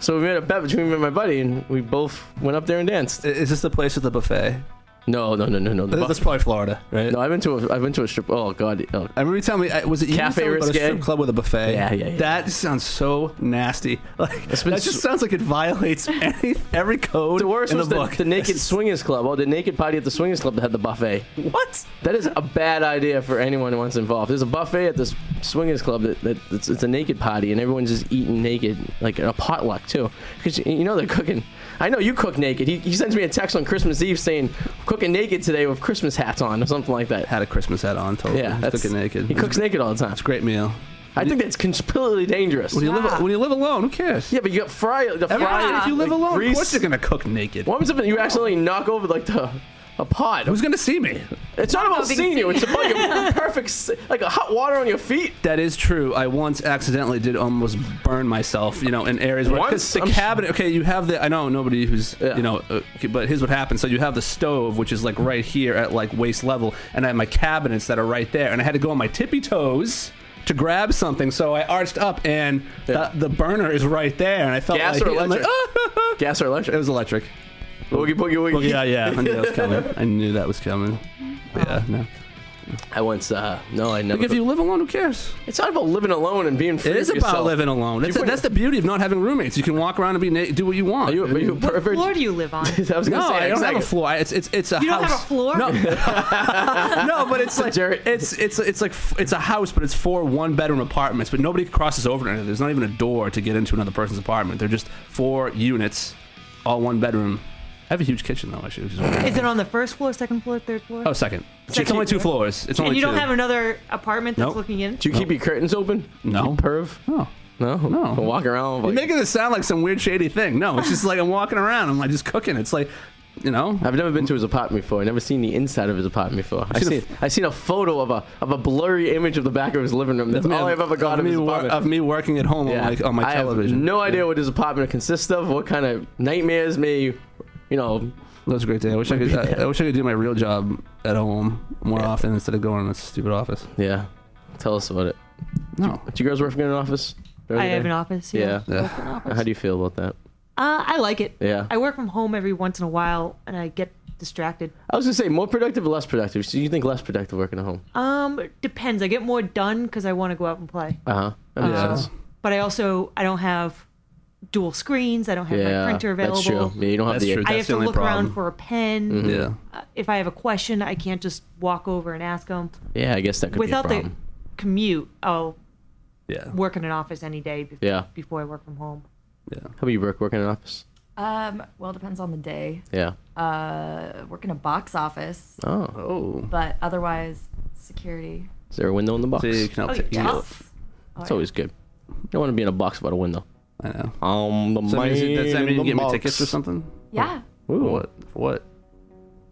Speaker 3: So we made a bet between me and my buddy, and we both went up there and danced.
Speaker 4: Is this the place with the buffet?
Speaker 3: No, no, no, no, no. The bu-
Speaker 4: That's probably Florida, right?
Speaker 3: no, I've been to a, I've been to a strip. Oh god. Oh.
Speaker 4: I remember you telling me I- was it you who
Speaker 3: Cafe
Speaker 4: told me about a
Speaker 3: Risque?
Speaker 4: strip club with a buffet?
Speaker 3: Yeah, yeah, yeah.
Speaker 4: That sounds so nasty. Like
Speaker 3: been
Speaker 4: that just
Speaker 3: s-
Speaker 4: sounds like it violates any every code
Speaker 3: The worst
Speaker 4: in the
Speaker 3: was the,
Speaker 4: book.
Speaker 3: the naked swingers club. Oh, the naked party at the swingers club that had the buffet.
Speaker 4: what?
Speaker 3: That is a bad idea for anyone who wants involved. There's a buffet at this swingers club that, that it's, it's a naked party and everyone's just eating naked, like a potluck too, because you know they're cooking. I know you cook naked. He, he sends me a text on Christmas Eve saying cooking naked today with Christmas hats on or something like that.
Speaker 4: Had a Christmas hat on. Totally.
Speaker 3: Yeah,
Speaker 4: Just
Speaker 3: that's,
Speaker 4: took it naked.
Speaker 3: He
Speaker 4: It was
Speaker 3: cooks naked all the time.
Speaker 4: a Great meal.
Speaker 3: I think that's completely dangerous.
Speaker 4: When you live when you live alone, who cares?
Speaker 3: Yeah, but you got fry. The
Speaker 4: Everybody,
Speaker 3: fry
Speaker 4: if you live
Speaker 3: like,
Speaker 4: alone,
Speaker 3: grease.
Speaker 4: of course you're gonna cook naked.
Speaker 3: What happens if you accidentally knock over like the a pot?
Speaker 4: Who's gonna see me?
Speaker 3: It's not about
Speaker 6: being
Speaker 3: seeing you. It's about your perfect, s- like a hot water on your feet.
Speaker 4: That is true. I once accidentally did almost burn myself, you know, in areas where 'cause
Speaker 3: Once?
Speaker 4: the
Speaker 3: I'm s-
Speaker 4: cabinet. Okay, you have the. I know nobody who's
Speaker 3: Yeah.
Speaker 4: you know, uh, but here's what happened. So you have the stove, which is like right here at like waist level, and I have my cabinets that are right there, and I had to go on my tippy toes to grab something. So I arched up, and
Speaker 3: Yeah.
Speaker 4: the, the burner is right there, and I felt
Speaker 3: Gas
Speaker 4: like,
Speaker 3: or
Speaker 4: I'm like,
Speaker 3: electric?
Speaker 4: "Ah!"
Speaker 3: Gas or electric?
Speaker 4: It was electric.
Speaker 3: boogie boogie woogie.
Speaker 4: Well, yeah, yeah, I knew that was coming. I knew that was coming. But yeah, no.
Speaker 3: I once, uh, no, I never.
Speaker 4: Like if you live alone, who cares?
Speaker 3: it's not about living alone and being free.
Speaker 4: It is
Speaker 3: of
Speaker 4: about
Speaker 3: yourself.
Speaker 4: living alone. That's,
Speaker 3: You put-
Speaker 4: that's the beauty of not having roommates. You can walk around and be na- do what you want.
Speaker 3: Are you, are you a
Speaker 5: What
Speaker 3: pervert?
Speaker 5: floor do you live on?
Speaker 3: I was
Speaker 4: no,
Speaker 3: gonna say,
Speaker 4: I don't have
Speaker 3: exactly.
Speaker 4: a floor. I- It's it's it's a
Speaker 5: You
Speaker 4: house.
Speaker 5: don't have a floor?
Speaker 4: No, no, but it's like
Speaker 3: dirt.
Speaker 4: it's it's it's like f- it's a house, but it's four one bedroom apartments. But nobody crosses over to anything. There's not even a door to get into another person's apartment. They're just four units, all one bedroom. I have a huge kitchen though. Actually, which is weird.
Speaker 5: Is it on the first floor, second floor, third floor?
Speaker 4: oh second. It's
Speaker 5: Second
Speaker 4: only two
Speaker 5: floor.
Speaker 4: floors. It's
Speaker 5: and
Speaker 4: only
Speaker 5: you
Speaker 4: two.
Speaker 5: don't have another apartment that's
Speaker 4: Nope.
Speaker 5: looking in?
Speaker 3: Do you keep your curtains open?
Speaker 4: No.
Speaker 3: You perv.
Speaker 4: no.
Speaker 3: No.
Speaker 4: No.
Speaker 3: Don't walk around.
Speaker 4: Oh. You're
Speaker 3: Like,
Speaker 4: making this sound like some weird shady thing. No, it's just like I'm walking around. I'm like just cooking. It's like, you know,
Speaker 3: I've never been to his apartment before. I've never seen the inside of his apartment before. I've
Speaker 4: seen a
Speaker 3: seen, I've seen a photo of a of a blurry image of the back of his living room. That's all I've ever got of,
Speaker 4: me
Speaker 3: his
Speaker 4: wor-
Speaker 3: apartment.
Speaker 4: of me working at home on, my, on my
Speaker 3: I
Speaker 4: television.
Speaker 3: Have no idea what his apartment consists of, what kind of nightmares may, you know,
Speaker 4: That was a great day. I wish I could. I, I wish I could do my real job at home more often instead of going in this stupid office.
Speaker 3: yeah. Tell us about it.
Speaker 4: No,
Speaker 3: Do you girls work in an office?
Speaker 5: I have an office.
Speaker 3: Yeah.
Speaker 5: I work in an office.
Speaker 3: How do you feel about that?
Speaker 5: Uh, I like it.
Speaker 3: Yeah.
Speaker 5: I work from home every once in a while, and I get distracted.
Speaker 3: I was gonna say more productive or less productive. So you think less productive working at home?
Speaker 5: Um, it depends. I get more done because I want to go out and play.
Speaker 3: Uh huh. That makes
Speaker 4: Yeah.
Speaker 3: sense.
Speaker 5: But I also I don't have dual screens. I don't have
Speaker 3: Yeah,
Speaker 5: my printer available.
Speaker 3: that's true. Mm-hmm. Yeah, you don't have
Speaker 4: That's
Speaker 3: the
Speaker 4: true.
Speaker 5: I
Speaker 4: That's
Speaker 5: have
Speaker 4: the
Speaker 5: to
Speaker 4: only
Speaker 5: look
Speaker 4: problem.
Speaker 5: around for a pen.
Speaker 4: Yeah.
Speaker 5: Uh, If I have a question, I can't just walk over and ask them.
Speaker 3: yeah. I guess that could
Speaker 5: Without
Speaker 3: be a
Speaker 5: the
Speaker 3: problem.
Speaker 5: commute, I'll
Speaker 4: Yeah.
Speaker 5: work in an office any day bef-
Speaker 3: Yeah.
Speaker 5: before I work from home.
Speaker 3: How about you, Brooke? Working in an office?
Speaker 6: Um, well, depends on the day.
Speaker 3: Yeah.
Speaker 6: I work in a box office,
Speaker 3: Oh,
Speaker 4: Oh.
Speaker 6: but otherwise, security.
Speaker 3: is there a window in the box?
Speaker 4: So you
Speaker 3: It's
Speaker 4: can
Speaker 5: Oh,
Speaker 4: help take
Speaker 5: yeah.
Speaker 4: yeah.
Speaker 3: always good. You don't want to be in a box without a window.
Speaker 4: I know.
Speaker 3: Um, the
Speaker 4: Does that
Speaker 3: man
Speaker 4: mean, does that
Speaker 3: in
Speaker 4: mean you
Speaker 3: the
Speaker 4: get me
Speaker 3: box.
Speaker 4: tickets or something?
Speaker 6: Yeah.
Speaker 3: Ooh,
Speaker 4: What? What?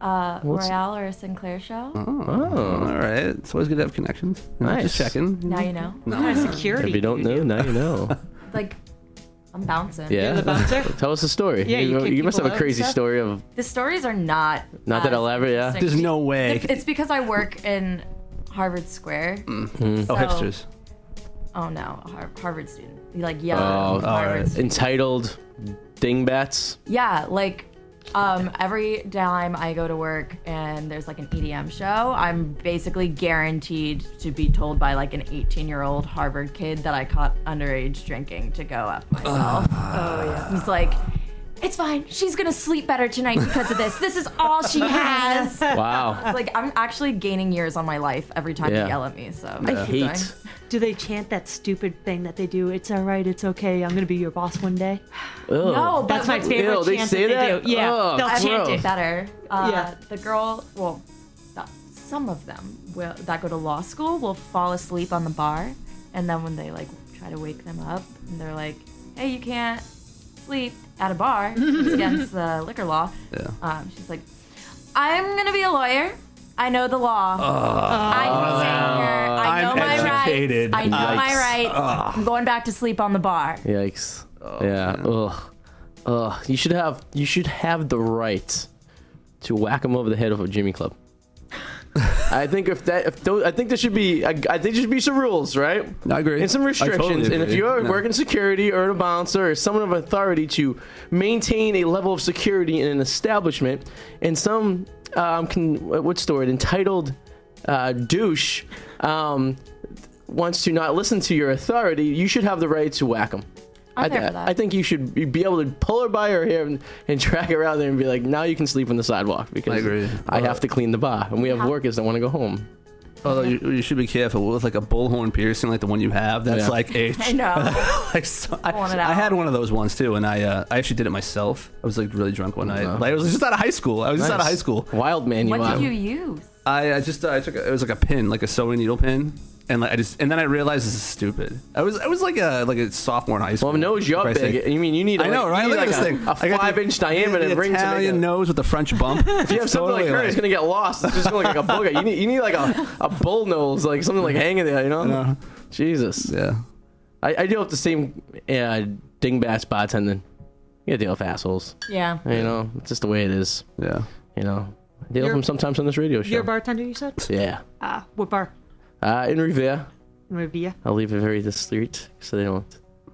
Speaker 6: Uh,
Speaker 3: What's-
Speaker 6: Royale or a Sinclair show.
Speaker 3: Uh-huh. Oh.
Speaker 4: All right. It's always good to have connections. You know,
Speaker 3: Nice.
Speaker 4: Just checking.
Speaker 6: Now you know.
Speaker 5: What kind of security?
Speaker 3: If you don't
Speaker 5: do
Speaker 3: know,
Speaker 5: do?
Speaker 3: now you know.
Speaker 6: Like, I'm bouncing.
Speaker 3: Yeah.
Speaker 5: the bouncer?
Speaker 3: Tell us a story.
Speaker 5: Yeah, you kick
Speaker 3: you must
Speaker 5: people
Speaker 3: have a
Speaker 5: out
Speaker 3: crazy
Speaker 5: and stuff?
Speaker 3: story of
Speaker 6: The stories are not.
Speaker 3: Not that
Speaker 6: as
Speaker 3: elaborate, yeah?
Speaker 6: interesting.
Speaker 4: There's no way.
Speaker 6: It's because I work in Harvard Square.
Speaker 4: Oh,
Speaker 6: so-
Speaker 4: hipsters.
Speaker 6: Oh no, a Har- Harvard student. You like young
Speaker 3: Oh,
Speaker 6: Harvard.
Speaker 4: alright.
Speaker 6: student.
Speaker 3: entitled Dingbats.
Speaker 6: Yeah, like um, every time I go to work and there's like an EDM show, I'm basically guaranteed to be told by like an 18 year old Harvard kid that I caught underage drinking to go up myself. oh yeah. He's like. It's fine. She's gonna sleep better tonight because of this. This is all she has.
Speaker 3: Wow.
Speaker 6: It's like I'm actually gaining years on my life every time
Speaker 3: Yeah.
Speaker 6: you yell at me. So
Speaker 3: I hate.
Speaker 5: Do they chant that stupid thing that they do? It's all right. It's okay. I'm gonna be your boss one day.
Speaker 3: Ugh.
Speaker 6: No, but
Speaker 5: That's my
Speaker 6: what-
Speaker 5: favorite
Speaker 3: Ew, they
Speaker 5: chant
Speaker 3: say
Speaker 5: that they
Speaker 3: that?
Speaker 5: do. Yeah,
Speaker 3: Oh,
Speaker 5: they'll
Speaker 3: gross.
Speaker 5: chant it.
Speaker 6: better. Uh,
Speaker 5: Yeah.
Speaker 6: The girl, well, th- some of them will that go to law school will fall asleep on the bar, and then when they like try to wake them up, and they're like, "Hey, you can't sleep at a bar. It's against the liquor law."
Speaker 4: Yeah.
Speaker 6: Um, she's like, "I'm gonna be a lawyer. I know the law. I'm a singer. I know
Speaker 4: I'm
Speaker 6: my
Speaker 4: educated.
Speaker 6: rights. I know my
Speaker 3: Yikes.
Speaker 6: rights. I'm going back to sleep on the bar."
Speaker 3: Yikes.
Speaker 4: Oh,
Speaker 3: yeah. Ugh. Ugh. You should have. You should have the right to whack him over the head with a Jimmy Club. I think if that, if those, I think there should be, I, I think there should be some rules, right?
Speaker 4: I agree.
Speaker 3: And some
Speaker 4: I totally
Speaker 3: restrictions. and if
Speaker 4: agree.
Speaker 3: you're
Speaker 4: No.
Speaker 3: working security or a bouncer or someone of authority to maintain a level of security in an establishment, and some, um, can, what's the word, entitled uh, douche um, wants to not listen to your authority, you should have the right to whack them.
Speaker 6: I'm
Speaker 3: I,
Speaker 6: there
Speaker 3: th-
Speaker 6: for that.
Speaker 3: I think you should be be able to pull her by her hair and, and drag her out there and be like, now you can sleep on the sidewalk because
Speaker 4: I agree.
Speaker 3: I have to clean the bar and we have workers that want to go home.
Speaker 4: Although you, you should be careful with like a bullhorn piercing, like the one you have. That's
Speaker 3: Yeah.
Speaker 4: like a.
Speaker 6: I know.
Speaker 4: like, so- I,
Speaker 6: Pulling it
Speaker 4: I
Speaker 6: out.
Speaker 4: had one of those ones too, and I uh, I actually did it myself. I was like really drunk one night.
Speaker 3: wow.
Speaker 4: Like, I was just out of high school. I was just out of
Speaker 3: Nice.
Speaker 4: high school.
Speaker 3: Wild man, you
Speaker 6: What
Speaker 3: are.
Speaker 6: did you use?
Speaker 4: I, I just uh, I took a, it was like a pin, like a sewing needle pin, and like I just and then I realized this is stupid. I was I was like a like a sophomore in high school.
Speaker 3: Well, nose you're
Speaker 4: Christ's
Speaker 3: big.
Speaker 4: sake.
Speaker 3: You mean you need?
Speaker 4: I know,
Speaker 3: like,
Speaker 4: right?
Speaker 3: you need
Speaker 4: Look at
Speaker 3: like
Speaker 4: this
Speaker 3: a,
Speaker 4: thing.
Speaker 3: A
Speaker 4: I got the-
Speaker 3: five-inch diameter
Speaker 4: the
Speaker 3: ring to make
Speaker 4: Italian
Speaker 3: a-
Speaker 4: nose with a French bump. if
Speaker 3: You have something like her, it's gonna get lost. It's just going like a booger. You need, you need like a, a bull nose, like something like hanging there. You know? Jesus.
Speaker 4: uh, yeah.
Speaker 3: I, I deal with the same uh, dingbats bartending. You gotta deal with assholes.
Speaker 6: Yeah.
Speaker 3: You know, it's just the way it is.
Speaker 4: Yeah.
Speaker 3: You know, I deal with
Speaker 5: You're-
Speaker 3: them sometimes on this radio show.
Speaker 5: You're a bartender, you said?
Speaker 3: yeah.
Speaker 5: Uh, what bar?
Speaker 3: Uh, in Revere,
Speaker 5: Revia.
Speaker 3: I'll leave it very discreet so they don't.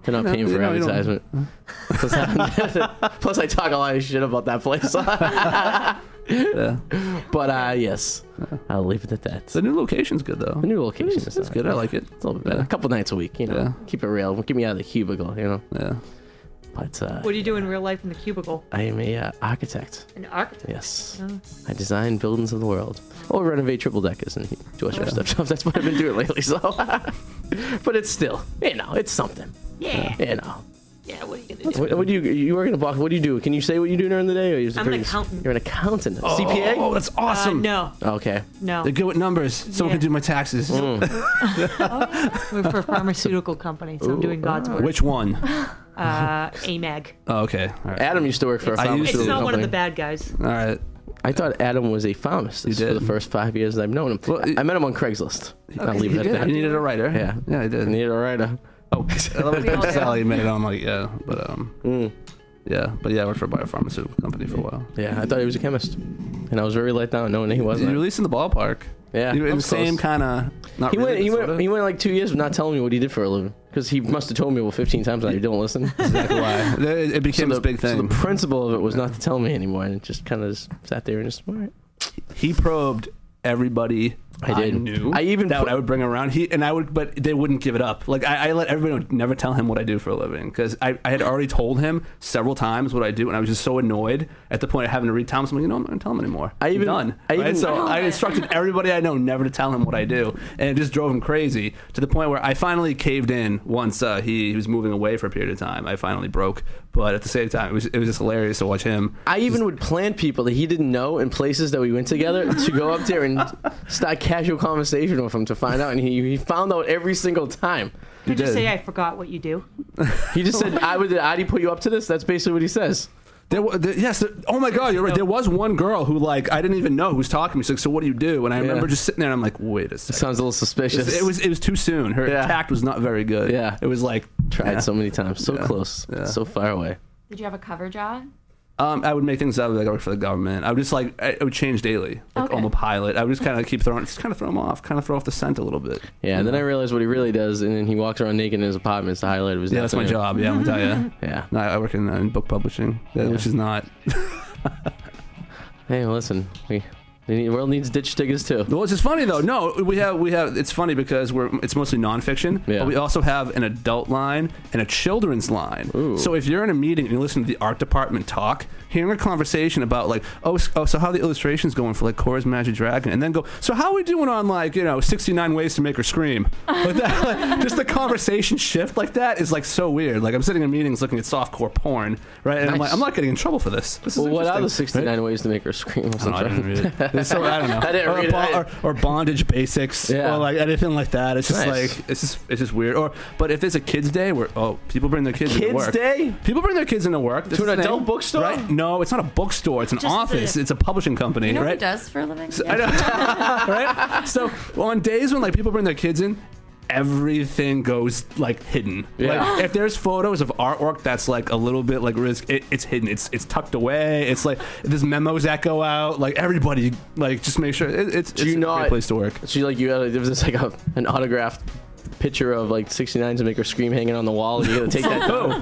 Speaker 3: They're not
Speaker 4: No,
Speaker 3: paying
Speaker 4: you
Speaker 3: for
Speaker 4: know, you don't-
Speaker 3: advertisement. Plus, I- plus, I talk a lot of shit about that place.
Speaker 4: Yeah.
Speaker 3: But uh, yes, I'll leave it at that.
Speaker 4: The new location's good though.
Speaker 3: The new location is
Speaker 4: It's
Speaker 3: not-
Speaker 4: good. I like it.
Speaker 3: It's a little bit better. A couple nights a week, you know.
Speaker 4: Yeah.
Speaker 3: Keep it real. Get me out of the cubicle, you know.
Speaker 4: Yeah.
Speaker 3: But uh,
Speaker 5: What do you do in real life in the cubicle?
Speaker 3: I am a uh, architect.
Speaker 5: An architect. Oh.
Speaker 3: Yes, I design buildings of the world, or renovate triple deckers and do extra stuff. That's what I've been doing lately. So, but it's still, you know, it's something.
Speaker 5: Yeah.
Speaker 3: You know.
Speaker 5: Yeah. What are you gonna do?
Speaker 3: What, what do you? You work in a box. What do you do? Can you say what you do during the day? Or you
Speaker 5: I'm an accountant.
Speaker 3: You're an accountant. A CPA.
Speaker 4: Oh, that's
Speaker 5: Uh,
Speaker 4: awesome.
Speaker 5: no,
Speaker 3: Okay.
Speaker 5: no.
Speaker 4: They're good with numbers. Someone
Speaker 5: Yeah.
Speaker 4: can do my taxes.
Speaker 3: Mm.
Speaker 5: We're for a pharmaceutical company, so I'm doing God's work.
Speaker 4: Which one?
Speaker 5: Uh, AMAG.
Speaker 4: Oh, okay. All right.
Speaker 3: Adam used to work for a
Speaker 4: I used
Speaker 5: It's
Speaker 4: to-
Speaker 5: not
Speaker 3: pharmaceutical
Speaker 5: one of
Speaker 3: company.
Speaker 5: the bad guys.
Speaker 4: All right.
Speaker 3: I thought Adam was a pharmacist
Speaker 4: You
Speaker 3: for the
Speaker 4: did.
Speaker 3: first five years that I've known him.
Speaker 4: it-
Speaker 3: I met him on Craigslist. I'll leave it
Speaker 4: You
Speaker 3: at
Speaker 4: did.
Speaker 3: that.
Speaker 4: You needed a writer.
Speaker 3: Yeah.
Speaker 4: Yeah, I did.
Speaker 3: I need a writer.
Speaker 4: Oh, I love
Speaker 6: all do.
Speaker 4: it. Sally made it on like yeah, but um,
Speaker 3: Mm.
Speaker 4: yeah, but yeah, I worked for a biopharmaceutical company for a while.
Speaker 3: Yeah, I thought he was a chemist, and I was very let down knowing he
Speaker 4: Did
Speaker 3: wasn't.
Speaker 4: you release in the ballpark?
Speaker 3: Yeah,
Speaker 4: You were in the
Speaker 3: that's
Speaker 4: same
Speaker 3: close.
Speaker 4: kind of. Not
Speaker 3: He
Speaker 4: really,
Speaker 3: went. He
Speaker 4: but
Speaker 3: went.
Speaker 4: sorta.
Speaker 3: He went like two years of not telling me what he did for a living because he must have told me well 15 times that I don't listen.
Speaker 4: Exactly why. It it became
Speaker 3: So
Speaker 4: this big
Speaker 3: so
Speaker 4: thing.
Speaker 3: the principle of it was not to tell me anymore, and it just kind of just sat there and just. All right.
Speaker 4: he probed everybody
Speaker 3: I did.
Speaker 4: knew.
Speaker 3: I even
Speaker 4: that
Speaker 3: put-
Speaker 4: I would bring around. He and I would, but they wouldn't give it up. Like I, I let everybody know, never tell him what I do for a living because I, I had already told him several times what I do, and I was just so annoyed at the point of having to read Tom's. I'm like, you know, I'm not gonna tell him anymore.
Speaker 3: I
Speaker 4: I'm
Speaker 3: even-
Speaker 4: done.
Speaker 3: I
Speaker 4: right?
Speaker 3: even-
Speaker 4: so I instructed everybody I know never to tell him what I do, and it just drove him crazy to the point where I finally caved in once uh, he, he was moving away for a period of time. I finally broke, but at the same time, it was it was just hilarious to watch him.
Speaker 3: I even would plan people that he didn't know in places that we went together to go up there and start casual conversation with him to find out, and he, he found out every single time.
Speaker 5: Did you
Speaker 4: did.
Speaker 5: say I forgot what you do?
Speaker 3: He just said, "I would, did Adi put you up to this." That's basically what he says.
Speaker 4: There, wa- there, yes. There, oh my God, you're right. There was one girl who like I didn't even know who was talking to me. She's like, "So what do you do?" And I remember just sitting there. and I'm like, "Wait a second.
Speaker 3: Sounds a little suspicious.
Speaker 4: It was it was too soon. Her
Speaker 3: Yeah.
Speaker 4: tact was not very good.
Speaker 3: Yeah.
Speaker 4: it was like
Speaker 3: tried
Speaker 4: yeah.
Speaker 3: so many times, so
Speaker 4: Yeah.
Speaker 3: close,
Speaker 4: Yeah.
Speaker 3: so far away.
Speaker 6: Did you have a cover job?
Speaker 4: Um, I would make things up. Like I work for the government. I would just like I, I would change daily. Like
Speaker 6: Okay.
Speaker 4: I'm a pilot. I would just kind of keep throwing, just kind of throw them off, kind of throw off the scent a little bit.
Speaker 3: Yeah, and then I realized what he really does, and then he walks around naked in his apartment. It's the highlight of his.
Speaker 4: Yeah, that's my
Speaker 3: afternoon.
Speaker 4: job. Yeah, I'm gonna tell you.
Speaker 3: Yeah.
Speaker 4: No, I work in, uh, in book publishing, yeah, which is not.
Speaker 3: Hey, listen, we the ne- world needs ditch diggers too.
Speaker 4: Well, it's just funny though. No, we have we have. It's funny because we're it's mostly nonfiction,
Speaker 3: Yeah.
Speaker 4: but we also have an adult line and a children's line.
Speaker 3: Ooh.
Speaker 4: So if you're in a meeting and you listen to the art department talk, hearing a conversation about like, oh, s- oh, so how the illustrations going for like Cora's Magic Dragon, and then go, so how we doing on like you know 69 ways to make her scream? Like that, like, just the conversation shift like that is like so weird. Like I'm sitting in meetings looking at softcore porn, right? And I'm
Speaker 3: Nice.
Speaker 4: like, I'm not getting in trouble for this. This is
Speaker 3: Well, what are the
Speaker 4: interesting, right?
Speaker 3: 69 ways to make her scream? or
Speaker 4: I
Speaker 3: something?
Speaker 4: didn't read it. It's so, I don't know.
Speaker 3: I didn't
Speaker 4: or,
Speaker 3: read it.
Speaker 4: bon- or, or bondage basics,
Speaker 3: Yeah.
Speaker 4: or like anything like that. It's just
Speaker 3: Nice.
Speaker 4: like it's just it's just weird. Or but if there's a kids' day where oh people bring their kids
Speaker 3: Kids'
Speaker 4: into work.
Speaker 3: Day?
Speaker 4: people bring their kids into work That's
Speaker 3: an
Speaker 4: the thing.
Speaker 3: adult bookstore?
Speaker 4: Right? No, it's not a bookstore. It's an
Speaker 5: Just
Speaker 4: office.
Speaker 5: the-
Speaker 4: It's a publishing company,
Speaker 6: You know what
Speaker 4: right?
Speaker 6: he does for a living?
Speaker 4: So- I know, right? So on days when like people bring their kids in, everything goes like hidden.
Speaker 3: Yeah.
Speaker 4: Like if there's photos of artwork that's like a little bit like risk, it, it's hidden. It's it's tucked away. It's like there's memos that go out. Like everybody, like just make sure it, it's,
Speaker 3: you
Speaker 4: it's a
Speaker 3: not-
Speaker 4: great place to work.
Speaker 3: She like you had like, there was this like a, an autographed picture of like 69 to make her scream hanging on the wall and you gotta take that photo.